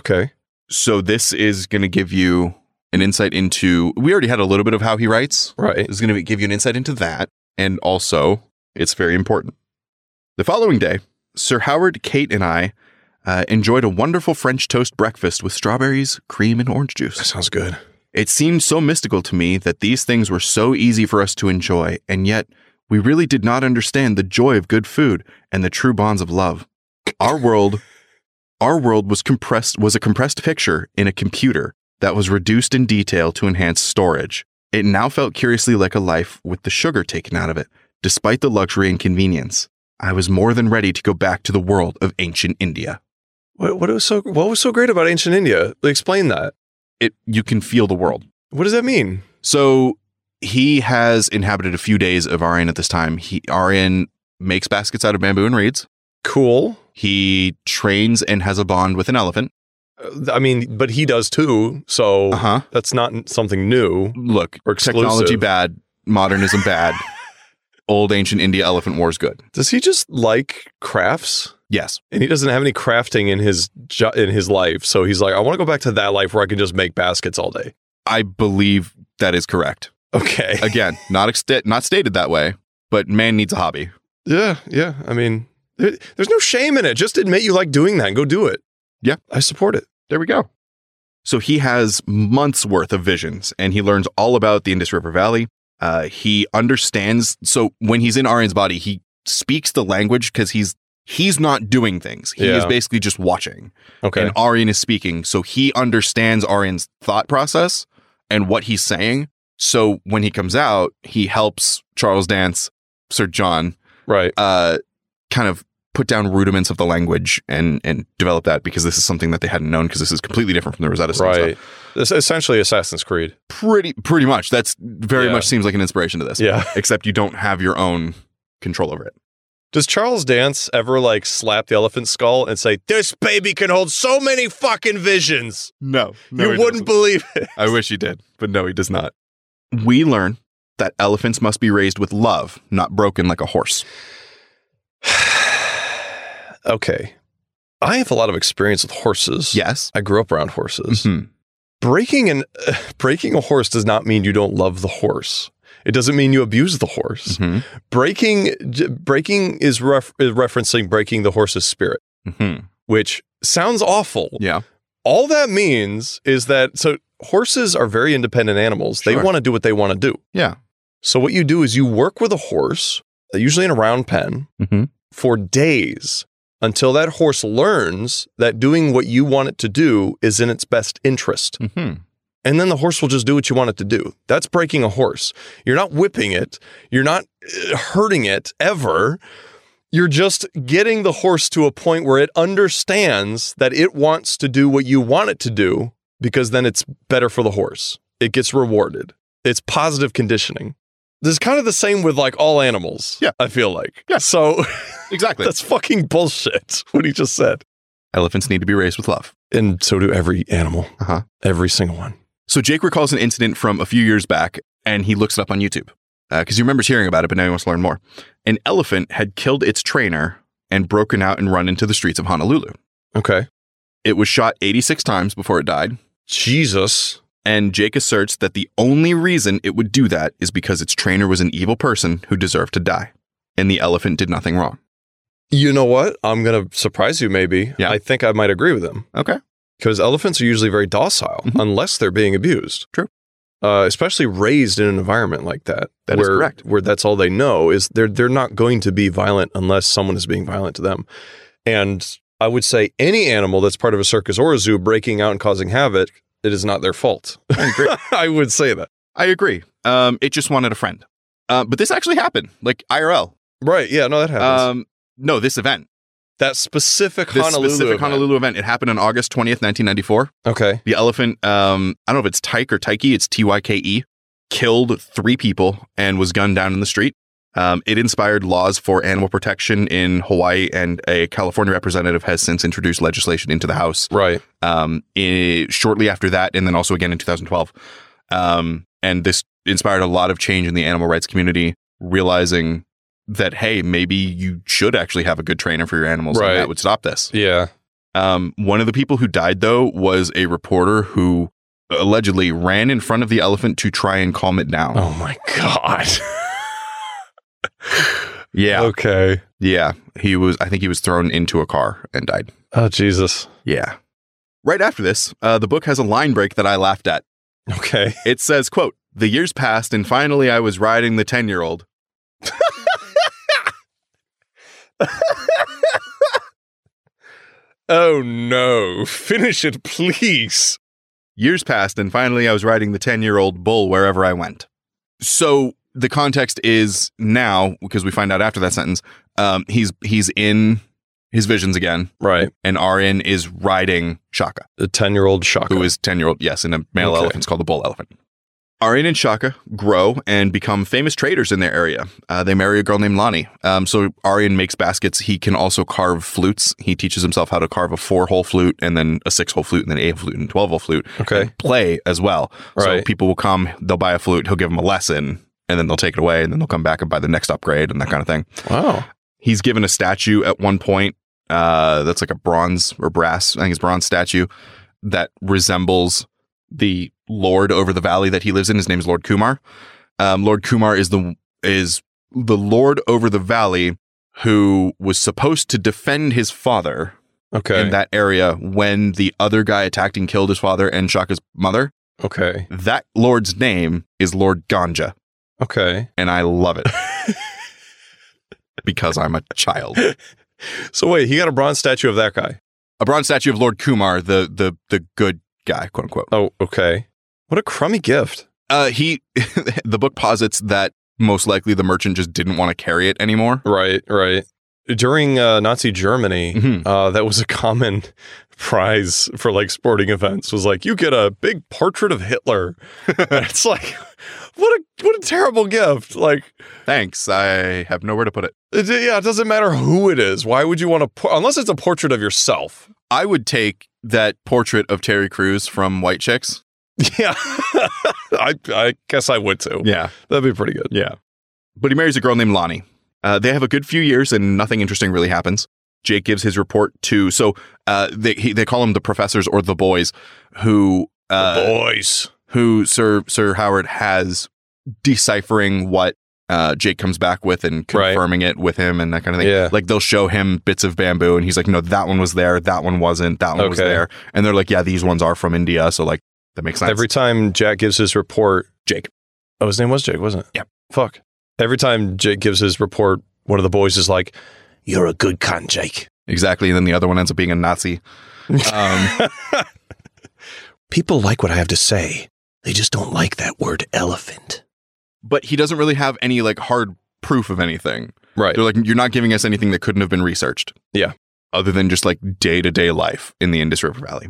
Speaker 1: okay.
Speaker 2: So this is going to give you an insight into. We already had a little bit of how he writes.
Speaker 1: Right.
Speaker 2: is going to give you an insight into that. And also, it's very important. The following day, Sir Howard, Kate, and I uh, enjoyed a wonderful French toast breakfast with strawberries, cream, and orange juice.
Speaker 1: sounds good.
Speaker 2: It seemed so mystical to me that these things were so easy for us to enjoy, and yet we really did not understand the joy of good food and the true bonds of love. Our world, our world was compressed was a compressed picture in a computer that was reduced in detail to enhance storage. It now felt curiously like a life with the sugar taken out of it, despite the luxury and convenience. I was more than ready to go back to the world of ancient India.
Speaker 1: What, what was so what was so great about ancient India? Explain that.
Speaker 2: It you can feel the world.
Speaker 1: What does that mean?
Speaker 2: So he has inhabited a few days of Aryan at this time. He Aryan makes baskets out of bamboo and reeds.
Speaker 1: Cool.
Speaker 2: He trains and has a bond with an elephant.
Speaker 1: Uh, I mean, but he does too. So
Speaker 2: Uh huh.
Speaker 1: that's not n- something new.
Speaker 2: Look,
Speaker 1: Or
Speaker 2: technology
Speaker 1: exclusive.
Speaker 2: bad, modernism bad, old ancient India elephant wars good.
Speaker 1: Does he just like crafts?
Speaker 2: Yes.
Speaker 1: And he doesn't have any crafting in his jo- in his life, so he's like, I want to go back to that life where I can just make baskets all day.
Speaker 2: I believe that is correct.
Speaker 1: Okay.
Speaker 2: Again, not ext- not stated that way, but man needs a hobby.
Speaker 1: yeah, yeah. I mean, there, there's no shame in it. Just admit you like doing that and go do it.
Speaker 2: Yeah.
Speaker 1: I support it.
Speaker 2: There we go. So he has months worth of visions and he learns all about the Indus River Valley. Uh, he understands. So when he's in Aryan's body, he speaks the language because he's he's not doing things. He is
Speaker 1: Yeah.
Speaker 2: basically just watching.
Speaker 1: Okay.
Speaker 2: And Aryan is speaking. So he understands Aryan's thought process and what he's saying. So when he comes out, he helps Charles Dance, Sir John,
Speaker 1: right.
Speaker 2: uh, kind of put down rudiments of the language and and develop that because this is something that they hadn't known because this is completely different from the Rosetta Stone
Speaker 1: Right.
Speaker 2: stuff.
Speaker 1: It's essentially Assassin's Creed.
Speaker 2: Pretty pretty much. That's very
Speaker 1: Yeah.
Speaker 2: much seems like an inspiration to this.
Speaker 1: Yeah.
Speaker 2: Except you don't have your own control over it.
Speaker 1: (laughs) Does Charles Dance ever like slap the elephant skull and say, This baby can hold so many fucking visions?
Speaker 2: No,
Speaker 1: you wouldn't believe it.
Speaker 2: I wish he did, but no, he does not. We learn that elephants must be raised with love, not broken like a horse.
Speaker 1: (sighs) okay. I have a lot of experience with horses.
Speaker 2: Yes.
Speaker 1: I grew up around horses.
Speaker 2: Mhm.
Speaker 1: Breaking an (sighs) breaking a horse does not mean you don't love the horse. It doesn't mean you abuse the horse.
Speaker 2: Mhm.
Speaker 1: Breaking j- breaking is, ref, is referencing breaking the horse's spirit,
Speaker 2: Mhm.
Speaker 1: which sounds awful.
Speaker 2: Yeah.
Speaker 1: All that means is that so horses are very independent animals. They
Speaker 2: Sure.
Speaker 1: want to do what they want to do.
Speaker 2: Yeah.
Speaker 1: So what you do is you work with a horse, uh, usually in a round pen,
Speaker 2: Mhm.
Speaker 1: for days until that horse learns that doing what you want it to do is in its best interest.
Speaker 2: Mhm.
Speaker 1: And then the horse will just do what you want it to do. That's breaking a horse. You're not whipping it, you're not uh, hurting it ever. You're just getting the horse to a point where it understands that it wants to do what you want it to do because then it's better for the horse. It gets rewarded. It's positive conditioning. This is kind of the same with like all animals.
Speaker 2: Yeah.
Speaker 1: I feel like.
Speaker 2: Yeah.
Speaker 1: So (laughs)
Speaker 2: Exactly.
Speaker 1: that's fucking bullshit. What he just said.
Speaker 2: elephants need to be raised with love.
Speaker 1: And so do every animal.
Speaker 2: Uh-huh.
Speaker 1: Every single one.
Speaker 2: So Jake recalls an incident from a few years back, and he looks it up on YouTube uh, because he remembers hearing about it, but now he wants to learn more. An elephant had killed its trainer and broken out and run into the streets of Honolulu.
Speaker 1: Okay.
Speaker 2: It was shot 86 times before it died,
Speaker 1: Jesus.
Speaker 2: And Jake asserts that the only reason it would do that is because its trainer was an evil person who deserved to die, and the elephant did nothing wrong.
Speaker 1: You know what? I'm going to surprise you, maybe.
Speaker 2: Yeah.
Speaker 1: I think I might agree with him.
Speaker 2: Okay.
Speaker 1: Because elephants are usually very docile
Speaker 2: Mhm.
Speaker 1: unless they're being abused.
Speaker 2: True.
Speaker 1: Uh, especially raised in an environment like that.
Speaker 2: That is
Speaker 1: where,
Speaker 2: correct.
Speaker 1: Where that's all they know is they're, they're not going to be violent unless someone is being violent to them. And I would say any animal that's part of a circus or a zoo breaking out and causing havoc, it is not their fault.
Speaker 2: I agree.
Speaker 1: (laughs) I would say that.
Speaker 2: (laughs) I agree. Um, it just wanted a friend. Uh, but this actually happened, like IRL.
Speaker 1: Right. Yeah. No, that happens.
Speaker 2: Um, no, this event,
Speaker 1: that specific
Speaker 2: this
Speaker 1: Honolulu.
Speaker 2: specific
Speaker 1: event.
Speaker 2: Honolulu event, it happened on August 20th, 1994.
Speaker 1: Okay.
Speaker 2: The elephant, um, I don't know if it's Tyke or Tyke, it's T Y K E, killed three people and was gunned down in the street. Um, it inspired laws for animal protection in Hawaii, and a California representative has since introduced legislation into the House
Speaker 1: Right.
Speaker 2: um, i- shortly after that, and then also again in 2012. Um, and this inspired a lot of change in the animal rights community, realizing that hey, maybe you should actually have a good trainer for your animals,
Speaker 1: Right.
Speaker 2: and that would stop this.
Speaker 1: Yeah.
Speaker 2: Um, one of the people who died though was a reporter who allegedly ran in front of the elephant to try and calm it down.
Speaker 1: Oh my (laughs) God.
Speaker 2: Yeah,
Speaker 1: Okay.
Speaker 2: yeah, he was. I think he was thrown into a car and died.
Speaker 1: Oh Jesus.
Speaker 2: Yeah. Right after this, uh, the book has a line break that I laughed at.
Speaker 1: Okay.
Speaker 2: It says, quote, the years passed and finally I was riding the 10 year old.
Speaker 1: Oh no. Finish it, please.
Speaker 2: Years passed and finally I was riding the 10 year old bull wherever I went. So the context is now, because we find out after that sentence, um, he's he's in his visions again,
Speaker 1: Right.
Speaker 2: and Aryan is riding Shaka.
Speaker 1: The ten-year-old Shaka.
Speaker 2: who is 10 year old, yes, and a male
Speaker 1: Okay.
Speaker 2: elephant. It's called the bull elephant. Aryan and Shaka grow and become famous traders in their area. Uh, they marry a girl named Lani. Um, so Aryan makes baskets. He can also carve flutes. He teaches himself how to carve a four hole flute and then a six hole flute and then eight hole flute and 12 hole flute.
Speaker 1: okay.
Speaker 2: and Play as well. So
Speaker 1: Right.
Speaker 2: people will come, they'll buy a flute, he'll give them a lesson, and then they'll take it away, and then they'll come back and buy the next upgrade and that kind of thing.
Speaker 1: Wow.
Speaker 2: He's given a statue at one point. Uh, that's like a bronze or brass. I think it's bronze statue that resembles the lord over the valley that he lives in. His name is Lord Kumar. Um, lord Kumar is the is the lord over the valley who was supposed to defend his father
Speaker 1: Okay.
Speaker 2: in that area when the other guy attacked and killed his father and Shaka's mother.
Speaker 1: okay.
Speaker 2: That lord's name is Lord Ganja,
Speaker 1: Okay.
Speaker 2: and I love it because I'm a child.
Speaker 1: So wait, he got a bronze statue of that guy.
Speaker 2: a bronze statue of Lord Kumar, the the the good guy, quote unquote.
Speaker 1: Oh, okay. What a crummy gift.
Speaker 2: Uh, he (laughs) the book posits that most likely the merchant just didn't want to carry it anymore.
Speaker 1: Right. Right. During uh, Nazi Germany,
Speaker 2: Mhm.
Speaker 1: uh, that was a common (laughs) prize for like sporting events. Was like you get a big portrait of Hitler. (laughs) it's like what a what a terrible gift. Like
Speaker 2: Thanks, I have nowhere to put it.
Speaker 1: It, yeah, it doesn't matter who it is. Why would you want to, por- unless it's a portrait of yourself?
Speaker 2: I would take that portrait of Terry Crews from White Chicks.
Speaker 1: Yeah, I, I guess I would too.
Speaker 2: Yeah,
Speaker 1: That'd be pretty good.
Speaker 2: yeah. But he marries a girl named Lonnie. Uh, they have a good few years, and nothing interesting really happens. Jake gives his report to so uh, they he, they call him the professors or the boys who uh,
Speaker 1: Boys.
Speaker 2: who Sir Sir Howard has deciphering what uh, Jake comes back with and
Speaker 1: Right.
Speaker 2: confirming it with him and that kind of thing.
Speaker 1: Yeah.
Speaker 2: Like they'll show him bits of bamboo and he's like, no, that one was there, that one wasn't, that one was
Speaker 1: Okay.
Speaker 2: there, and they're like, yeah, these ones are from India, so like that makes sense.
Speaker 1: Every time Jack gives his report,
Speaker 2: Jake.
Speaker 1: Oh, his name was Jake, wasn't it?
Speaker 2: Yep.
Speaker 1: Fuck. Every time Jake gives his report, one of the boys is like,
Speaker 4: You're a good con, Jake.
Speaker 2: exactly, and then the other one ends up being a
Speaker 1: (laughs)
Speaker 2: Nazi. Um,
Speaker 4: People like what I have to say. They just don't like that word elephant.
Speaker 2: but he doesn't really have any like hard proof of anything.
Speaker 1: right.
Speaker 2: They're like, you're not giving us anything that couldn't have been researched.
Speaker 1: Yeah.
Speaker 2: Other than just like day to day life in the Indus River Valley.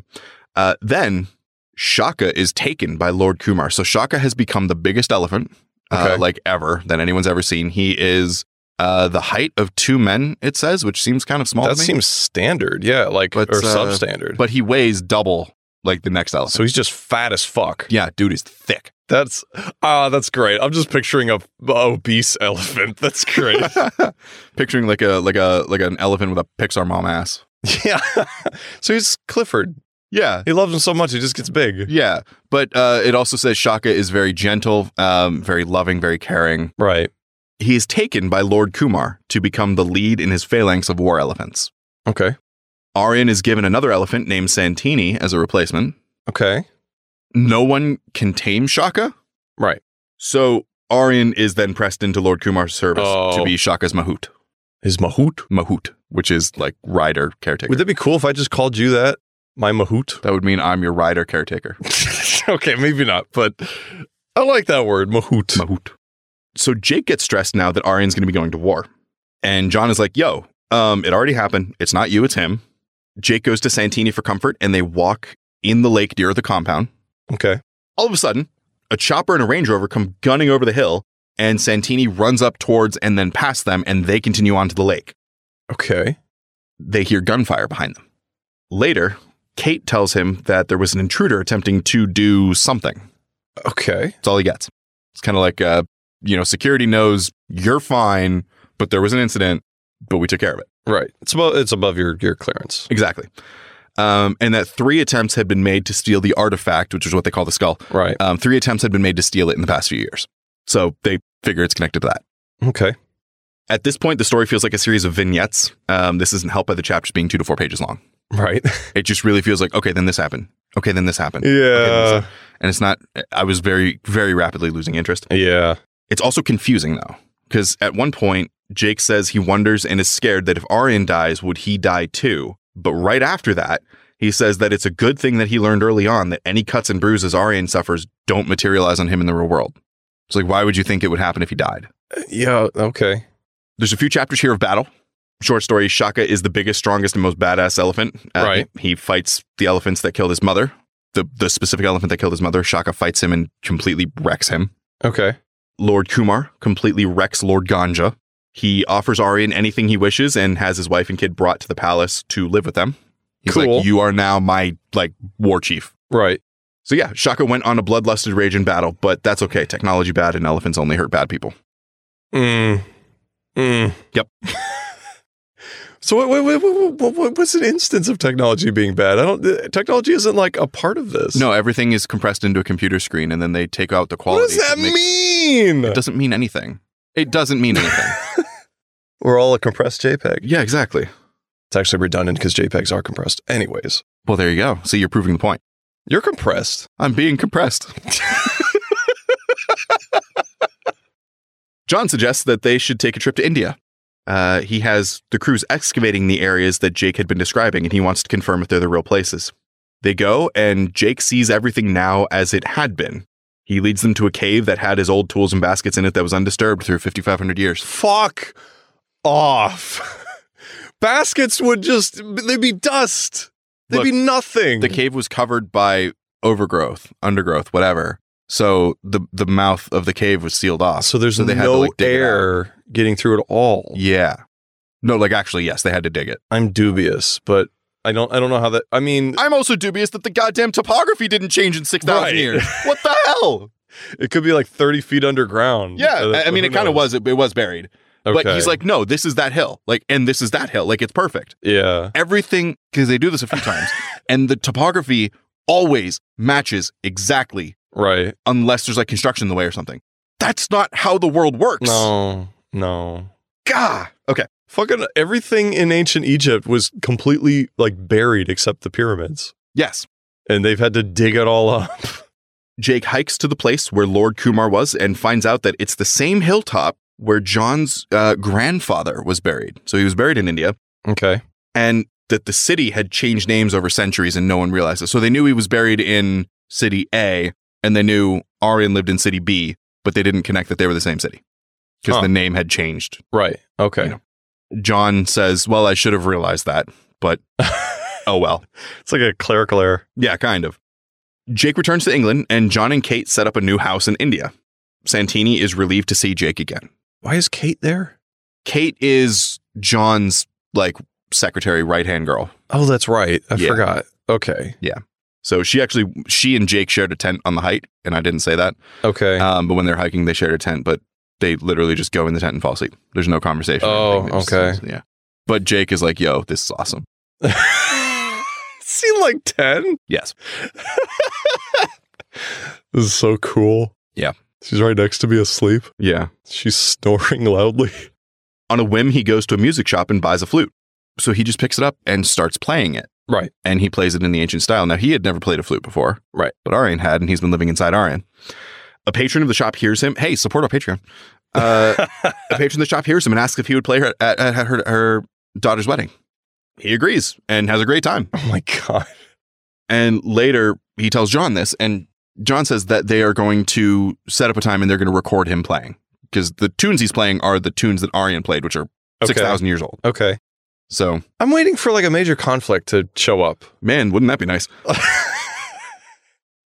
Speaker 2: Uh, then Shaka is taken by Lord Kumar. So Shaka has become the biggest elephant, uh,
Speaker 1: Okay.
Speaker 2: like ever, that anyone's ever seen. He is uh, the height of two men, it says, which seems kind of small.
Speaker 1: That
Speaker 2: to me,
Speaker 1: seems standard. Yeah. Like,
Speaker 2: But,
Speaker 1: or
Speaker 2: uh,
Speaker 1: substandard.
Speaker 2: But he weighs double like the next elephant.
Speaker 1: so he's just fat as fuck.
Speaker 2: (laughs) yeah,
Speaker 1: (laughs)
Speaker 2: dude is thick.
Speaker 1: That's, ah, that's great. I'm just picturing a obese elephant. (laughs) That's great. (laughs)
Speaker 2: Picturing like a like a like an elephant with a Pixar mom ass.
Speaker 1: Yeah. so he's Clifford.
Speaker 2: Yeah.
Speaker 1: He loves him so much, he just gets big.
Speaker 2: Yeah. But uh, it also says Shaka is very gentle, um, very loving, very caring.
Speaker 1: Right.
Speaker 2: He is taken by Lord Kumar to become the lead in his phalanx of war elephants.
Speaker 1: Okay.
Speaker 2: Aryan is given another elephant named Santini as a replacement.
Speaker 1: Okay.
Speaker 2: No one can tame Shaka.
Speaker 1: Right.
Speaker 2: So Aryan is then pressed into Lord Kumar's service to
Speaker 1: Oh.
Speaker 2: be Shaka's Mahout.
Speaker 1: His Mahoot.
Speaker 2: Mahout, which is like rider caretaker.
Speaker 1: Would that be cool if I just called you that? My Mahoot?
Speaker 2: that would mean I'm your rider caretaker.
Speaker 1: (laughs) okay, maybe not, but I like that word, Mahoot.
Speaker 2: Mahout. So Jake gets stressed now that Aryan's going to be going to war. And John is like, yo, um, it already happened. It's not you, it's him. Jake goes to Santini for comfort and they walk in the lake near the compound.
Speaker 1: Okay.
Speaker 2: All of a sudden, a chopper and a Range Rover come gunning over the hill, and Santini runs up towards and then past them, and they continue onto the lake.
Speaker 1: Okay.
Speaker 2: They hear gunfire behind them. Later, Kate tells him that there was an intruder attempting to do something.
Speaker 1: Okay.
Speaker 2: That's all he gets. It's kind of like, uh, you know, security knows you're fine, but there was an incident, but we took care of it.
Speaker 1: Right. It's above it's above your, your clearance.
Speaker 2: Exactly. Um, and that three attempts had been made to steal the artifact, which is what they call the skull.
Speaker 1: Right.
Speaker 2: Um, three attempts had been made to steal it in the past few years. So they figure it's connected to that.
Speaker 1: Okay.
Speaker 2: At this point, the story feels like a series of vignettes. Um, this isn't helped by the chapters being two to four pages long.
Speaker 1: Right. (laughs)
Speaker 2: It just really feels like, okay, then this happened. Okay, then this happened.
Speaker 1: Yeah.
Speaker 2: And it's not, I was very, very rapidly losing interest.
Speaker 1: Yeah.
Speaker 2: It's also confusing, though, because at one point, Jake says he wonders and is scared that if Aryan dies, would he die too? But right after that, he says that it's a good thing that he learned early on that any cuts and bruises Aryan suffers don't materialize on him in the real world. It's like, why would you think it would happen if he died?
Speaker 1: Yeah. Okay.
Speaker 2: There's a few chapters here of battle. Short story Shaka is the biggest, strongest, and most badass elephant. Uh,
Speaker 1: Right.
Speaker 2: He, he fights the elephants that killed his mother. The, the specific elephant that killed his mother, Shaka fights him and completely wrecks him.
Speaker 1: Okay.
Speaker 2: Lord Kumar completely wrecks Lord Ganja. He offers Aryan anything he wishes and has his wife and kid brought to the palace to live with them. He's
Speaker 1: Cool.
Speaker 2: like, You are now my like war chief.
Speaker 1: Right.
Speaker 2: So yeah, Shaka went on a bloodlusted rage in battle, but that's okay. Technology bad and elephants only hurt bad people.
Speaker 1: Mm. Mm.
Speaker 2: Yep.
Speaker 1: (laughs) so what, what, what- what, what, what, what's an instance of technology being bad? I don't. uh, Technology isn't like a part of this.
Speaker 2: No, everything is compressed into a computer screen and then they take out the
Speaker 1: What
Speaker 2: quality.
Speaker 1: does that
Speaker 2: It makes-
Speaker 1: mean?
Speaker 2: It doesn't mean anything. It doesn't mean anything.
Speaker 1: We're all a compressed JPEG.
Speaker 2: (laughs) yeah, exactly.
Speaker 1: It's actually redundant because JPEGs are compressed. Anyways,
Speaker 2: Well, there you go. See, you're proving the point.
Speaker 1: you're compressed.
Speaker 2: I'm being compressed. John suggests that they should take a trip to India. Uh, he has the crews excavating the areas that Jake had been describing, and he wants to confirm if they're the real places. They go, and Jake sees everything now as it had been. He leads them to a cave that had his old tools and baskets in it that was undisturbed through 5,500 years.
Speaker 1: Fuck off. (laughs) Baskets would just they'd be dust. They'd
Speaker 2: Look,
Speaker 1: be nothing.
Speaker 2: The cave was covered by overgrowth, undergrowth, whatever. So the the mouth of the cave was sealed off.
Speaker 1: so there's
Speaker 2: they had to,
Speaker 1: no
Speaker 2: like, dig it out.
Speaker 1: air getting through at all.
Speaker 2: Yeah. No, like actually, yes, they had to dig it.
Speaker 1: I'm dubious, but I don't I don't know how that I mean
Speaker 2: I'm also dubious that the goddamn topography didn't change in 6,000
Speaker 1: Right.
Speaker 2: years. (laughs) What the hell?
Speaker 1: it could be like 30 feet underground.
Speaker 2: Yeah,
Speaker 1: Uh,
Speaker 2: I- I mean,
Speaker 1: who
Speaker 2: it kind of
Speaker 1: knows?
Speaker 2: was. It, it was buried. But
Speaker 1: Okay.
Speaker 2: he's like, no, this is that hill. Like, and this is that hill. Like, it's perfect.
Speaker 1: Yeah.
Speaker 2: Everything, because they do this a few (laughs) times, and the topography always matches exactly
Speaker 1: Right.
Speaker 2: unless there's like construction in the way or something. That's not how the world works.
Speaker 1: No. No.
Speaker 2: Gah. Okay.
Speaker 1: Fucking everything in ancient Egypt was completely like buried except the pyramids.
Speaker 2: Yes.
Speaker 1: And they've had to dig it all up. (laughs)
Speaker 2: Jake hikes to the place where Lord Kumar was and finds out that it's the same hilltop where John's uh, grandfather was buried. So he was buried in India,
Speaker 1: Okay.
Speaker 2: and that the city had changed names over centuries and no one realized it. So they knew he was buried in City A, and they knew Aryan lived in City B, but they didn't connect that they were the same city because
Speaker 1: Huh.
Speaker 2: the name had changed.
Speaker 1: Right. Okay.
Speaker 2: Yeah. John says, Well, I should have realized that, but oh well.
Speaker 1: (laughs) It's like a clerical error.
Speaker 2: Yeah, kind of. Jake returns to England, and John and Kate set up a new house in India. Santini is relieved to see Jake again.
Speaker 1: Why is Kate there?
Speaker 2: Kate is John's like secretary, right hand girl.
Speaker 1: Oh, that's right. I
Speaker 2: Yeah.
Speaker 1: forgot. Okay.
Speaker 2: So she actually, she and Jake shared a tent on the height, and I didn't say that.
Speaker 1: Okay. (laughs)
Speaker 2: Um, but when they're hiking, they shared a tent, but they literally just go in the tent and fall asleep. There's no conversation. or
Speaker 1: Oh,
Speaker 2: anything. They just-
Speaker 1: okay.
Speaker 2: yeah. But Jake is like, yo, this is awesome.
Speaker 1: seem like 10?
Speaker 2: Yes.
Speaker 1: This is so cool.
Speaker 2: Yeah.
Speaker 1: She's right next to me asleep.
Speaker 2: Yeah.
Speaker 1: She's snoring (laughs) loudly.
Speaker 2: On a whim, he goes to a music shop and buys a flute. So he just picks it up and starts playing it.
Speaker 1: Right.
Speaker 2: And he plays it in the ancient style. Now, he had never played a flute before.
Speaker 1: Right.
Speaker 2: But Arian had, and he's been living inside Arian. A patron of the shop hears him. Hey, support our Patreon. Uh,
Speaker 1: (laughs) Oh
Speaker 2: a patron of the shop hears him and asks if he would play her at, at her, her daughter's wedding. He agrees and has a great time.
Speaker 1: oh my god.
Speaker 2: And later, he tells John this, and John says that they are going to set up a time and they're going to record him playing because the tunes he's playing are the tunes that Aryan played, which are
Speaker 1: Okay.
Speaker 2: 6,000 years old.
Speaker 1: Okay.
Speaker 2: So,
Speaker 1: I'm waiting for like a major conflict to show
Speaker 2: (laughs)
Speaker 1: up.
Speaker 2: man, wouldn't that be nice?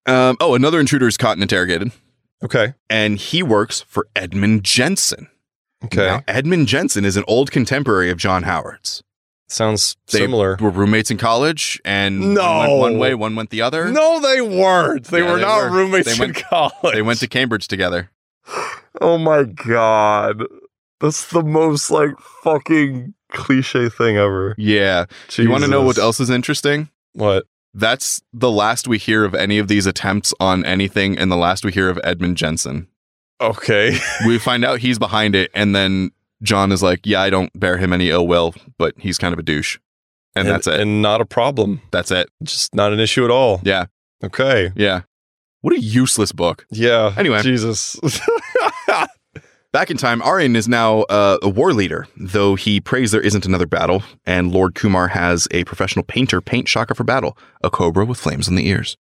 Speaker 2: Um, oh, another intruder is caught and interrogated,
Speaker 1: okay.
Speaker 2: and he works for Edmund Jensen.
Speaker 1: Okay.
Speaker 2: Now, Edmund Jensen is an old contemporary of John Howard's.
Speaker 1: Sounds
Speaker 2: They
Speaker 1: similar.
Speaker 2: were roommates in college, and one
Speaker 1: No.
Speaker 2: went one way, one went the other.
Speaker 1: No, they weren't. They
Speaker 2: Yeah,
Speaker 1: were
Speaker 2: they
Speaker 1: not
Speaker 2: were.
Speaker 1: roommates
Speaker 2: They went-
Speaker 1: in college.
Speaker 2: They went to Cambridge together.
Speaker 1: (laughs) Oh my god. That's the most like fucking cliche thing ever.
Speaker 2: Yeah. You want to know what
Speaker 1: Jesus.
Speaker 2: else is interesting?
Speaker 1: What?
Speaker 2: That's the last we hear of any of these attempts on anything, and the last we hear of Edmund Jensen.
Speaker 1: Okay.
Speaker 2: We find out he's behind it, and then John is like, Yeah, I don't bear him any ill will, but he's kind of a douche. And, that's it.
Speaker 1: And not a problem.
Speaker 2: that's it.
Speaker 1: Just not an issue at all.
Speaker 2: Yeah.
Speaker 1: Okay.
Speaker 2: Yeah. What a useless book.
Speaker 1: Yeah.
Speaker 2: Anyway.
Speaker 1: Jesus. (laughs)
Speaker 2: Back in time, Aryan is now uh, a war leader, though he prays there isn't another battle, and Lord Kumar has a professional painter paint Shaka for battle, a cobra with flames in the ears.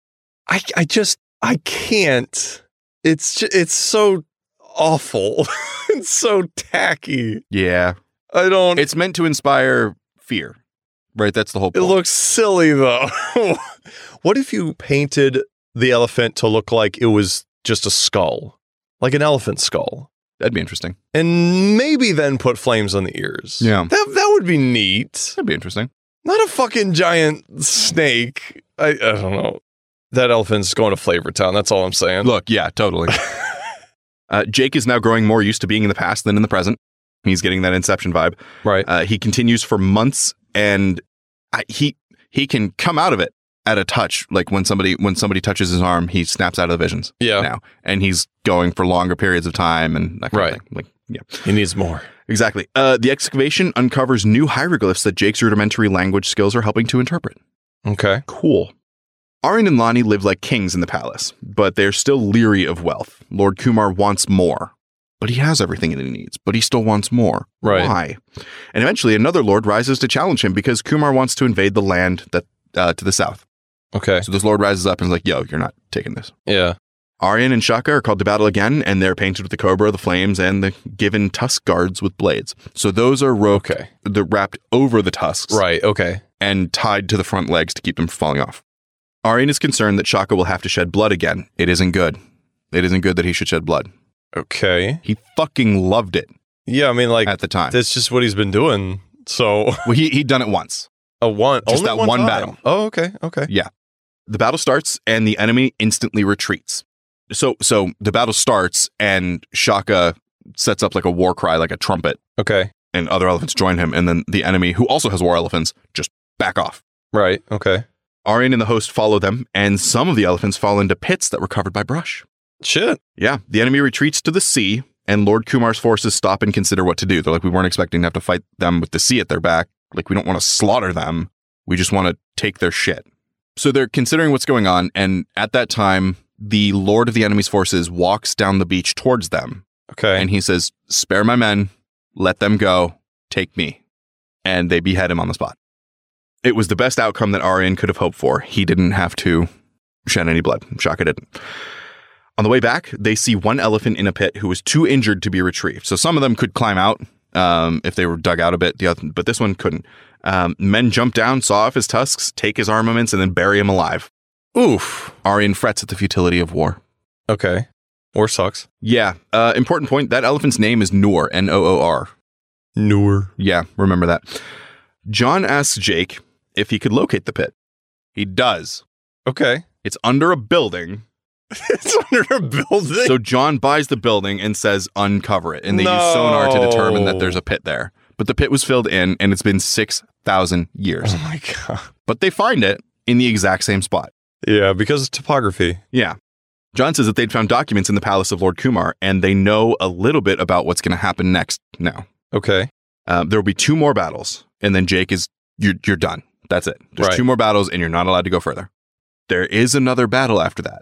Speaker 1: I I just I can't. It's ju- it's so awful. (laughs) it's so tacky.
Speaker 2: Yeah.
Speaker 1: I don't.
Speaker 2: It's meant to inspire fear, right? That's the whole
Speaker 1: it
Speaker 2: point.
Speaker 1: looks silly though. (laughs) what if you painted the elephant to look like it was just a skull, like an elephant skull,
Speaker 2: That'd be interesting.
Speaker 1: and maybe then put flames on the ears?
Speaker 2: Yeah.
Speaker 1: that that would be neat.
Speaker 2: That'd be interesting.
Speaker 1: Not a fucking giant snake. I I don't know. That elephant's going to Flavor Town. That's all I'm saying.
Speaker 2: Look, yeah,
Speaker 1: (laughs)
Speaker 2: totally. uh, Jake is now growing more used to being in the past than in the present. He's getting that Inception vibe.
Speaker 1: right.
Speaker 2: Uh, he continues for months, and I, he he can come out of it at a touch. Like when somebody when somebody touches his arm, he snaps out of the visions,
Speaker 1: yeah.
Speaker 2: now. and he's going for longer periods of time and that kind
Speaker 1: Right.
Speaker 2: of thing. Like yeah,
Speaker 1: He needs more.
Speaker 2: exactly. Uh, the excavation uncovers new hieroglyphs that Jake's rudimentary language skills are helping to interpret.
Speaker 1: Okay.
Speaker 2: Cool. Aryan and Lani live like kings in the palace, but they're still leery of wealth. Lord Kumar wants more, but he has everything that he needs, but he still wants more.
Speaker 1: Right.
Speaker 2: Why? And eventually, another lord rises to challenge him because Kumar wants to invade the land that uh, to the south.
Speaker 1: Okay.
Speaker 2: So this lord rises up and is like, "Yo, you're not taking this."
Speaker 1: Yeah.
Speaker 2: Aryan and Shaka are called to battle again, and they're painted with the cobra, the flames, and the given tusk guards with blades. So those are roped,
Speaker 1: Okay.
Speaker 2: the wrapped over the tusks,
Speaker 1: Right. Okay.
Speaker 2: and tied to the front legs to keep them from falling off. Aryan is concerned that Shaka will have to shed blood again. It isn't good. It isn't good that he should shed blood.
Speaker 1: Okay.
Speaker 2: He fucking loved it
Speaker 1: Yeah. I mean, like
Speaker 2: at the time.
Speaker 1: that's just what he's been doing. So (laughs)
Speaker 2: well, he, he'd done it once.
Speaker 1: a one,
Speaker 2: Just
Speaker 1: only
Speaker 2: that one
Speaker 1: time.
Speaker 2: battle.
Speaker 1: Oh, okay. Okay.
Speaker 2: The battle starts and the enemy instantly retreats. So, so the battle starts and Shaka sets up like a war cry, like a trumpet,
Speaker 1: Okay.
Speaker 2: and other elephants join him. And then the enemy, who also has war elephants, just back off.
Speaker 1: Right. Okay.
Speaker 2: Aryan and the host follow them, and some of the elephants fall into pits that were covered by brush.
Speaker 1: Shit.
Speaker 2: Yeah, the enemy retreats to the sea, and Lord Kumar's forces stop and consider what to do. They're like, we weren't expecting to have to fight them with the sea at their back. Like, we don't want to slaughter them. We just want to take their shit. So they're considering what's going on, and at that time, the Lord of the enemy's forces walks down the beach towards them,
Speaker 1: Okay.
Speaker 2: and he says, "Spare my men, let them go, take me," and they behead him on the spot. It was the best outcome that Aryan could have hoped for. He didn't have to shed any blood. Shaka didn't. On the way back, they see one elephant in a pit who was too injured to be retrieved. So some of them could climb out um, if they were dug out a bit, the other, but this one couldn't. Um, men jump down, saw off his tusks, take his armaments, and then bury him alive. Oof. Aryan frets at the futility of war.
Speaker 1: okay. Or sucks.
Speaker 2: Yeah. Uh, important point. That elephant's name is Noor, N O O R.
Speaker 1: Newer.
Speaker 2: Yeah, remember that. John asks Jake if he could locate the pit. He does.
Speaker 1: Okay. (laughs)
Speaker 2: It's under a building.
Speaker 1: it's under a building.
Speaker 2: So John buys the building and says, uncover it. And they use sonar to determine that there's a pit there. But the pit was filled in and it's been 6,000 years.
Speaker 1: oh my god.
Speaker 2: But they find it in the exact same spot.
Speaker 1: Yeah, because of topography.
Speaker 2: Yeah. John says that they'd found documents in the palace of Lord Kumar, and they know a little bit about what's going to happen next now.
Speaker 1: Okay.
Speaker 2: Um, there will be two more battles, and then Jake is you're you're done. That's it. There's
Speaker 1: Right.
Speaker 2: two more battles, and you're not allowed to go further. There is another battle after that.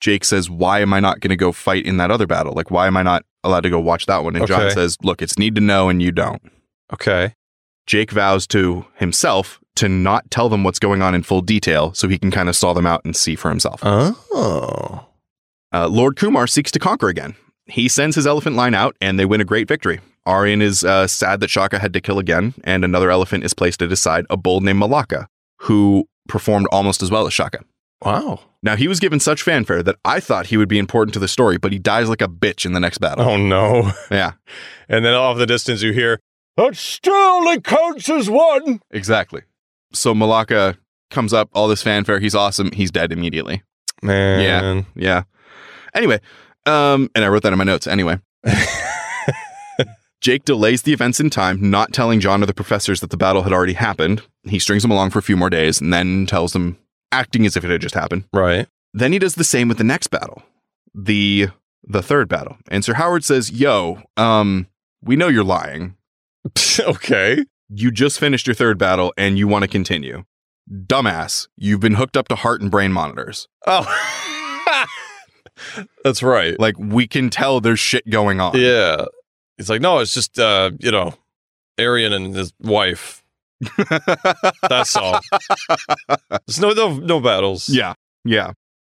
Speaker 2: Jake says, "Why am I not going to go fight in that other battle? Like, why am I not allowed to go watch that one?" And John
Speaker 1: Okay.
Speaker 2: says, "Look, it's need to know, and you don't."
Speaker 1: Okay.
Speaker 2: Jake vows to himself to not tell them what's going on in full detail, so he can kind of saw them out and see for himself.
Speaker 1: Oh.
Speaker 2: Uh, Lord Kumar seeks to conquer again. He sends his elephant line out, and they win a great victory. Aryan is uh, sad that Shaka had to kill again, and another elephant is placed at his side, a bull named Malaka, who performed almost as well as Shaka.
Speaker 1: Wow.
Speaker 2: Now, he was given such fanfare that I thought he would be important to the story, but he dies like a bitch in the next battle.
Speaker 1: Oh no. (laughs)
Speaker 2: Yeah,
Speaker 1: And then off the distance you hear that still it counts as one.
Speaker 2: exactly. So Malaka comes up, all this fanfare. He's awesome. He's dead immediately.
Speaker 1: Man.
Speaker 2: Yeah. Anyway, um, and I wrote that in my notes. Anyway, Jake delays the events in time, not telling John or the professors that the battle had already happened. He strings them along for a few more days and then tells them, acting as if it had just happened.
Speaker 1: Right. (laughs)
Speaker 2: Then he does the same with the next battle, the the third battle. And Sir Howard says, "Yo, um, we know you're lying.
Speaker 1: okay.
Speaker 2: You just finished your third battle and you want to continue." Dumbass, you've been hooked up to heart and brain monitors.
Speaker 1: Oh. That's right.
Speaker 2: Like, we can tell there's shit going on.
Speaker 1: Yeah. It's like, no, it's just uh, you know, Arian and his wife.
Speaker 2: (laughs)
Speaker 1: That's all. There's no no no battles.
Speaker 2: Yeah. Yeah.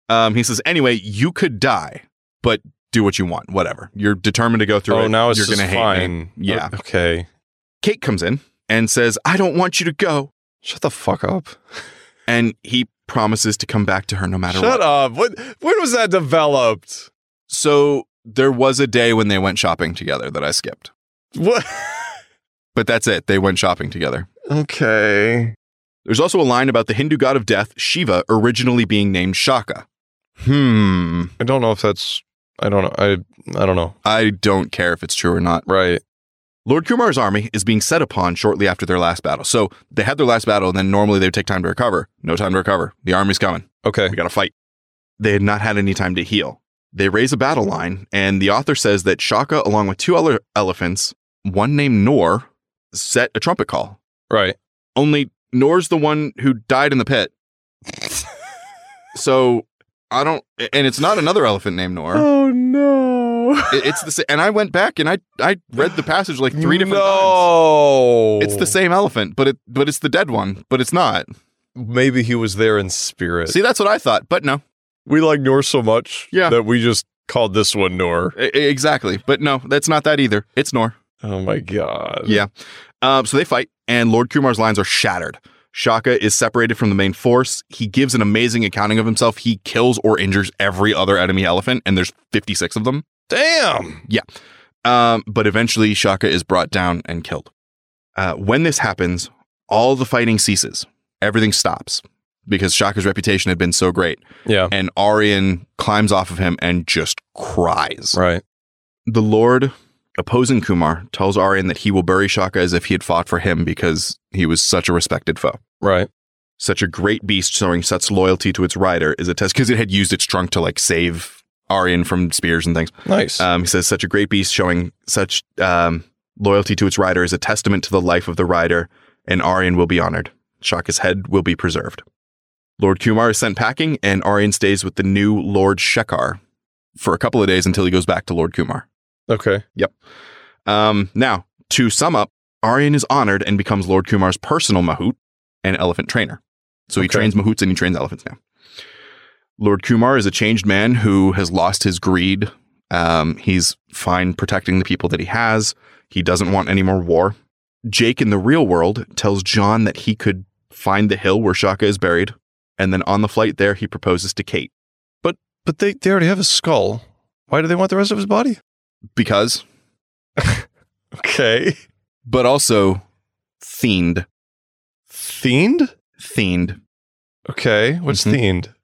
Speaker 2: Um, he says, anyway, you could die, but do what you want, whatever. You're determined to go through
Speaker 1: Oh,
Speaker 2: it.
Speaker 1: now it's
Speaker 2: You're
Speaker 1: just
Speaker 2: gonna hate me.
Speaker 1: fine.
Speaker 2: Yeah.
Speaker 1: O- Okay.
Speaker 2: Kate comes in and says, I don't want you to go.
Speaker 1: Shut the fuck up.
Speaker 2: And he promises to come back to her no matter
Speaker 1: Shut
Speaker 2: what.
Speaker 1: up. What when was that developed?
Speaker 2: So there was a day when they went shopping together that I skipped. (laughs)
Speaker 1: What
Speaker 2: But that's it. They went shopping together.
Speaker 1: Okay.
Speaker 2: There's also a line about the Hindu god of death, Shiva, originally being named Shaka. Hmm.
Speaker 1: I don't know if that's I don't know. I I don't know.
Speaker 2: I don't care if it's true or not.
Speaker 1: Right.
Speaker 2: Lord Kumar's army is being set upon shortly after their last battle. So they had their last battle, and then normally they would take time to recover. No time to recover. The army's coming.
Speaker 1: Okay.
Speaker 2: We got to fight. They had not had any time to heal. They raise a battle line, and the author says that Shaka, along with two other elephants, one named Nor, set a trumpet call.
Speaker 1: Right.
Speaker 2: Only Nor's the one who died in
Speaker 1: (laughs)
Speaker 2: the pit. so I don't, and it's not another elephant named Nor.
Speaker 1: Oh no.
Speaker 2: It- It's the same. And I went back and I I read the passage like three different times.
Speaker 1: No.
Speaker 2: It's the same elephant, but it but it's the dead one, but it's not.
Speaker 1: Maybe he was there in spirit.
Speaker 2: See, that's what I thought, but no.
Speaker 1: we like Nor so much
Speaker 2: Yeah.
Speaker 1: that we just called this one Nor.
Speaker 2: E- e- exactly. But no, that's not that either. It's Nor.
Speaker 1: Oh my god.
Speaker 2: Yeah. Um, so they fight, and Lord Kumar's lines are shattered. Shaka is separated from the main force. He gives an amazing accounting of himself. He kills or injures every other enemy elephant, and there's 56 of them.
Speaker 1: Damn.
Speaker 2: Um, but eventually, Shaka is brought down and killed. Uh, when this happens, all the fighting ceases. Everything stops because Shaka's reputation had been so great.
Speaker 1: Yeah.
Speaker 2: and Aryan climbs off of him and just cries.
Speaker 1: Right.
Speaker 2: The Lord opposing Kumar tells Aryan that he will bury Shaka as if he had fought for him because he was such a respected foe.
Speaker 1: Right.
Speaker 2: Such a great beast showing such loyalty to its rider is a test because it had used its trunk to like save Aryan from spears and things.
Speaker 1: Nice.
Speaker 2: Um, he says, such a great beast showing such um, loyalty to its rider is a testament to the life of the rider, and Aryan will be honored. Shaka's head will be preserved. Lord Kumar is sent packing, and Aryan stays with the new Lord Shekar for a couple of days until he goes back to Lord Kumar.
Speaker 1: okay.
Speaker 2: Um, now, to sum up, Aryan is honored and becomes Lord Kumar's personal Mahout and elephant trainer. So he
Speaker 1: Okay.
Speaker 2: trains Mahouts and he trains elephants now. Lord Kumar is a changed man who has lost his greed. Um, he's fine protecting the people that he has. He doesn't want any more war. Jake in the real world tells John that he could find the hill where Shaka is buried. And then on the flight there, he proposes to Kate
Speaker 1: But they, they already have his skull. Why do they want the rest of his body?
Speaker 2: because,
Speaker 1: Okay.
Speaker 2: but also themed,
Speaker 1: Themed?
Speaker 2: themed.
Speaker 1: Okay. What's
Speaker 2: Mhm.
Speaker 1: themed?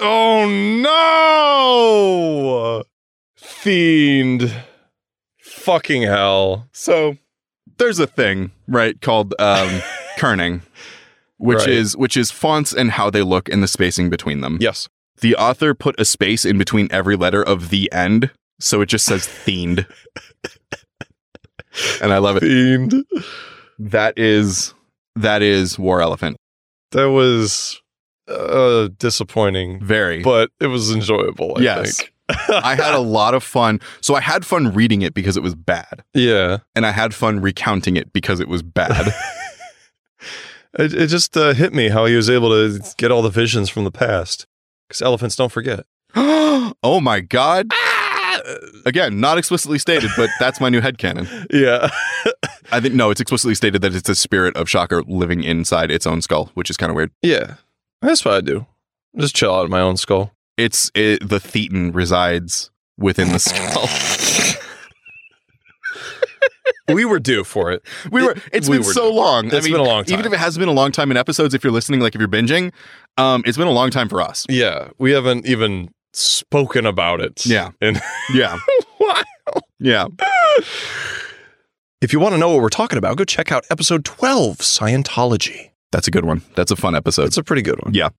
Speaker 1: Oh no! Fiend. Fucking hell.
Speaker 2: So there's a thing, right, called um kerning. which
Speaker 1: Right.
Speaker 2: is which is fonts and how they look and the spacing between them.
Speaker 1: Yes.
Speaker 2: The author put a space in between every letter of the end, so it just says themed. and I love it.
Speaker 1: Themed.
Speaker 2: That is that is War Elephant.
Speaker 1: That was uh, disappointing, (laughs)
Speaker 2: Very.
Speaker 1: but it was enjoyable. I
Speaker 2: Yes.
Speaker 1: think.
Speaker 2: I had a lot of fun. So I had fun reading it because it was bad,
Speaker 1: Yeah.
Speaker 2: and I had fun recounting it because it was bad.
Speaker 1: It, it just uh, hit me how he was able to get all the visions from the past because elephants don't forget.
Speaker 2: (gasps) oh my god. Ah! Uh, Again, not explicitly stated, but that's my new headcanon.
Speaker 1: Yeah.
Speaker 2: I think no, it's explicitly stated that it's the spirit of Shocker living inside its own skull, which is kind of weird.
Speaker 1: (laughs) yeah. That's what I do. Just chill out in my own
Speaker 2: (laughs)
Speaker 1: skull.
Speaker 2: It's it, the thetan resides within the skull.
Speaker 1: We were due for it.
Speaker 2: We (laughs) were.
Speaker 1: It-
Speaker 2: It's
Speaker 1: we
Speaker 2: been
Speaker 1: were
Speaker 2: so
Speaker 1: due.
Speaker 2: long.
Speaker 1: It's been a long
Speaker 2: Even
Speaker 1: time.
Speaker 2: if it has been a long time in episodes, if you're listening, like if you're binging, um, it's been a long time for us.
Speaker 1: Yeah. We haven't even spoken about it.
Speaker 2: Yeah.
Speaker 1: (laughs) And
Speaker 2: Yeah. Yeah.
Speaker 1: (laughs) if you want to know what we're talking about, go check out episode 12 Scientology.
Speaker 2: That's a good one. That's a fun episode.
Speaker 1: That's a pretty good one.
Speaker 2: Yeah.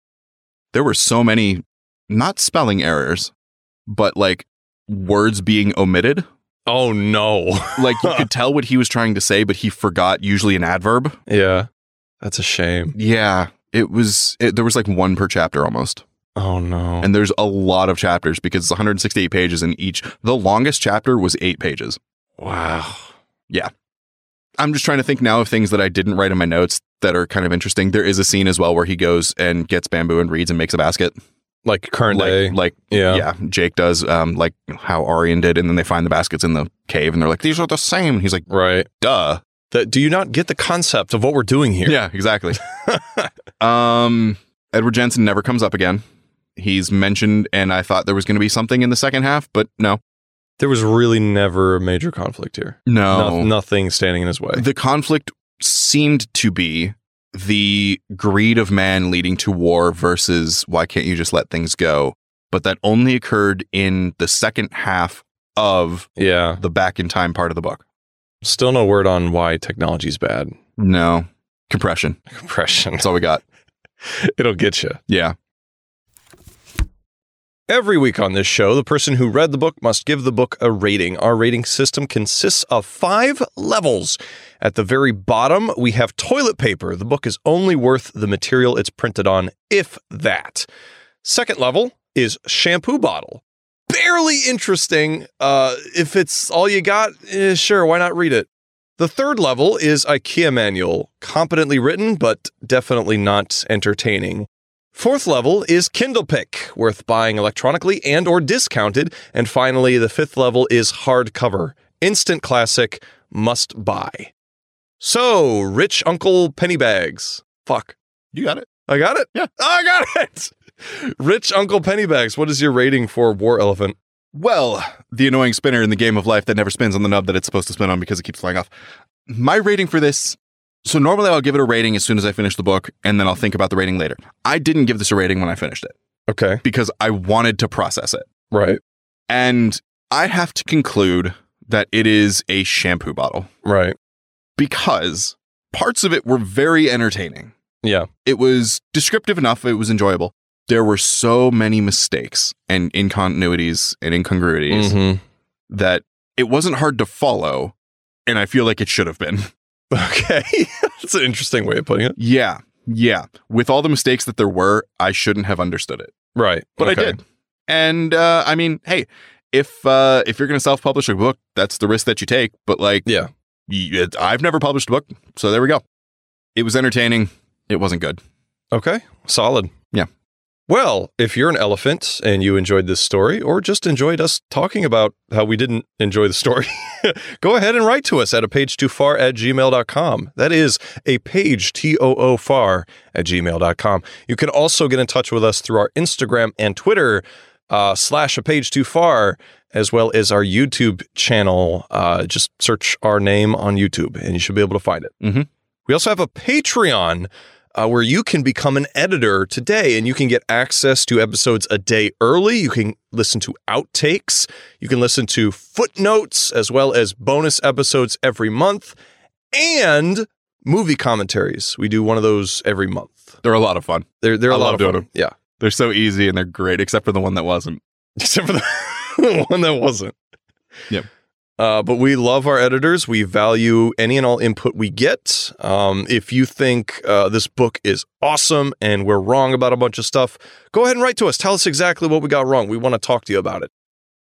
Speaker 2: there were so many not spelling errors, but like words being omitted.
Speaker 1: Oh, no. (laughs)
Speaker 2: Like you could tell what he was trying to say, but he forgot usually an adverb.
Speaker 1: yeah. That's a shame.
Speaker 2: Yeah, it was. It, there was like one per chapter almost,
Speaker 1: Oh, no.
Speaker 2: and there's a lot of chapters because it's 168 pages, and each the longest chapter was eight pages.
Speaker 1: wow.
Speaker 2: I'm just trying to think now of things that I didn't write in my notes that are kind of interesting. There is a scene as well where he goes and gets bamboo and reeds and makes a basket,
Speaker 1: Like current day.
Speaker 2: like like
Speaker 1: yeah.
Speaker 2: yeah, Jake does, um, like how Orion did, and then they find the baskets in the cave, and they're like, "These are the same." And he's like,
Speaker 1: Right.
Speaker 2: "Duh."
Speaker 1: That, do you not get the concept of what we're doing here?
Speaker 2: Yeah, exactly. um, Edward Jensen never comes up again. He's mentioned, and I thought there was going to be something in the second half, but no,
Speaker 1: (laughs) There was really never a major conflict here.
Speaker 2: no.
Speaker 1: No- nothing standing in his way.
Speaker 2: The conflict seemed to be the greed of man leading to war versus why can't you just let things go? But that only occurred in the second half of
Speaker 1: yeah.
Speaker 2: the back in time part of the book.
Speaker 1: Still no word on why technology's bad. (laughs)
Speaker 2: No, compression.
Speaker 1: Compression. (laughs)
Speaker 2: That's all we got.
Speaker 1: It'll get you.
Speaker 2: Yeah.
Speaker 1: Every week on this show, the person who read the book must give the book a rating. Our rating system consists of five levels. At the very bottom, we have toilet paper. The book is only worth the material it's printed on, if that. Second level is shampoo bottle. Barely interesting. Uh, if it's all you got, eh, sure, why not read it? The third level is IKEA manual. Competently written, but definitely not entertaining. Fourth level is Kindle Pick, worth buying electronically and or discounted. And finally, the fifth level is hardcover, instant classic, must buy. So, rich uncle Pennybags. Fuck.
Speaker 2: You got it.
Speaker 1: I got it?
Speaker 2: Yeah.
Speaker 1: (laughs) I got it. Rich Uncle Pennybags, what is your rating for War Elephant?
Speaker 2: Well, the annoying spinner in the game of life that never spins on the nub that it's supposed to spin on because it keeps flying off. My rating for this. So normally I'll give it a rating as soon as I finish the book, and then I'll think about the rating later. I didn't give this a rating when I finished it
Speaker 1: Okay.
Speaker 2: because I wanted to process it,
Speaker 1: Right.
Speaker 2: and I have to conclude that it is a shampoo bottle
Speaker 1: Right.
Speaker 2: because parts of it were very entertaining.
Speaker 1: Yeah.
Speaker 2: It was descriptive enough. It was enjoyable. There were so many mistakes and incontinuities and incongruities
Speaker 1: Mm-hmm. (laughs)
Speaker 2: that it wasn't hard to follow and I feel like it should have been. (laughs)
Speaker 1: Okay. (laughs) That's an interesting way of putting it.
Speaker 2: Yeah. Yeah. With all the mistakes that there were, I shouldn't have understood it.
Speaker 1: Right.
Speaker 2: But
Speaker 1: Okay.
Speaker 2: I did. And uh I mean, hey, if uh if you're going to self-publish a book, that's the risk that you take, but like
Speaker 1: Yeah.
Speaker 2: y- it- I've never published a book, so there we go. It was entertaining. It wasn't good.
Speaker 1: Okay, solid.
Speaker 2: Yeah.
Speaker 1: Well, if you're an elephant and you enjoyed this story, or just enjoyed us talking about how we didn't enjoy the story, (laughs) go ahead and write to us at a page too far at gmail.com. That is a page T O O far at gmail.com. You can also get in touch with us through our Instagram and Twitter uh, slash a page too far, as well as our YouTube channel. Uh, just search our name on YouTube and you should be able to find it.
Speaker 2: Mhm.
Speaker 1: We also have a Patreon uh, where you can become an editor today and you can get access to episodes a day early. You can listen to outtakes, you can listen to footnotes, as well as bonus episodes every month. And movie commentaries. We do one of those every month.
Speaker 2: They're a lot of fun.
Speaker 1: They're they're a
Speaker 2: I
Speaker 1: lot
Speaker 2: love
Speaker 1: of
Speaker 2: doing
Speaker 1: fun.
Speaker 2: them.
Speaker 1: Yeah,
Speaker 2: They're so easy and they're great, except for the one that wasn't.
Speaker 1: (laughs) except for the, the (laughs) one that wasn't.
Speaker 2: Yep.
Speaker 1: Uh, but we love our editors. We value any and all input we get. Um, if you think uh, this book is awesome and we're wrong about a bunch of stuff, go ahead and write to us. Tell us exactly what we got wrong. We want to talk to you about it.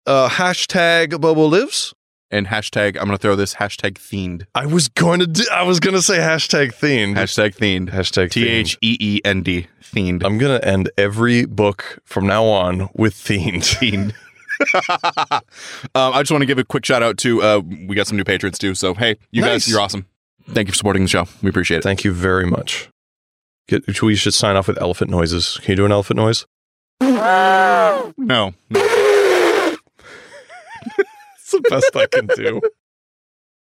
Speaker 1: Uh, hashtag Bobo lives.
Speaker 2: And hashtag, I'm going to throw this hashtag themed.
Speaker 1: I was going to do, I was going to say hashtag themed.
Speaker 2: Hashtag themed.
Speaker 1: hashtag
Speaker 2: T
Speaker 1: themed.
Speaker 2: H E E N D. Themed.
Speaker 1: I'm gonna end every book from now on with themed.
Speaker 2: (laughs) themed. um, I just want to give a quick shout out to uh, we got some new patrons too. So hey, you
Speaker 1: Nice.
Speaker 2: guys, you're awesome. Thank you for supporting the show. We appreciate it.
Speaker 1: Thank you very much. Get, we should sign off with elephant noises. Can you do an elephant noise?
Speaker 2: No,
Speaker 1: (laughs)
Speaker 2: (laughs)
Speaker 1: It's the best I can do.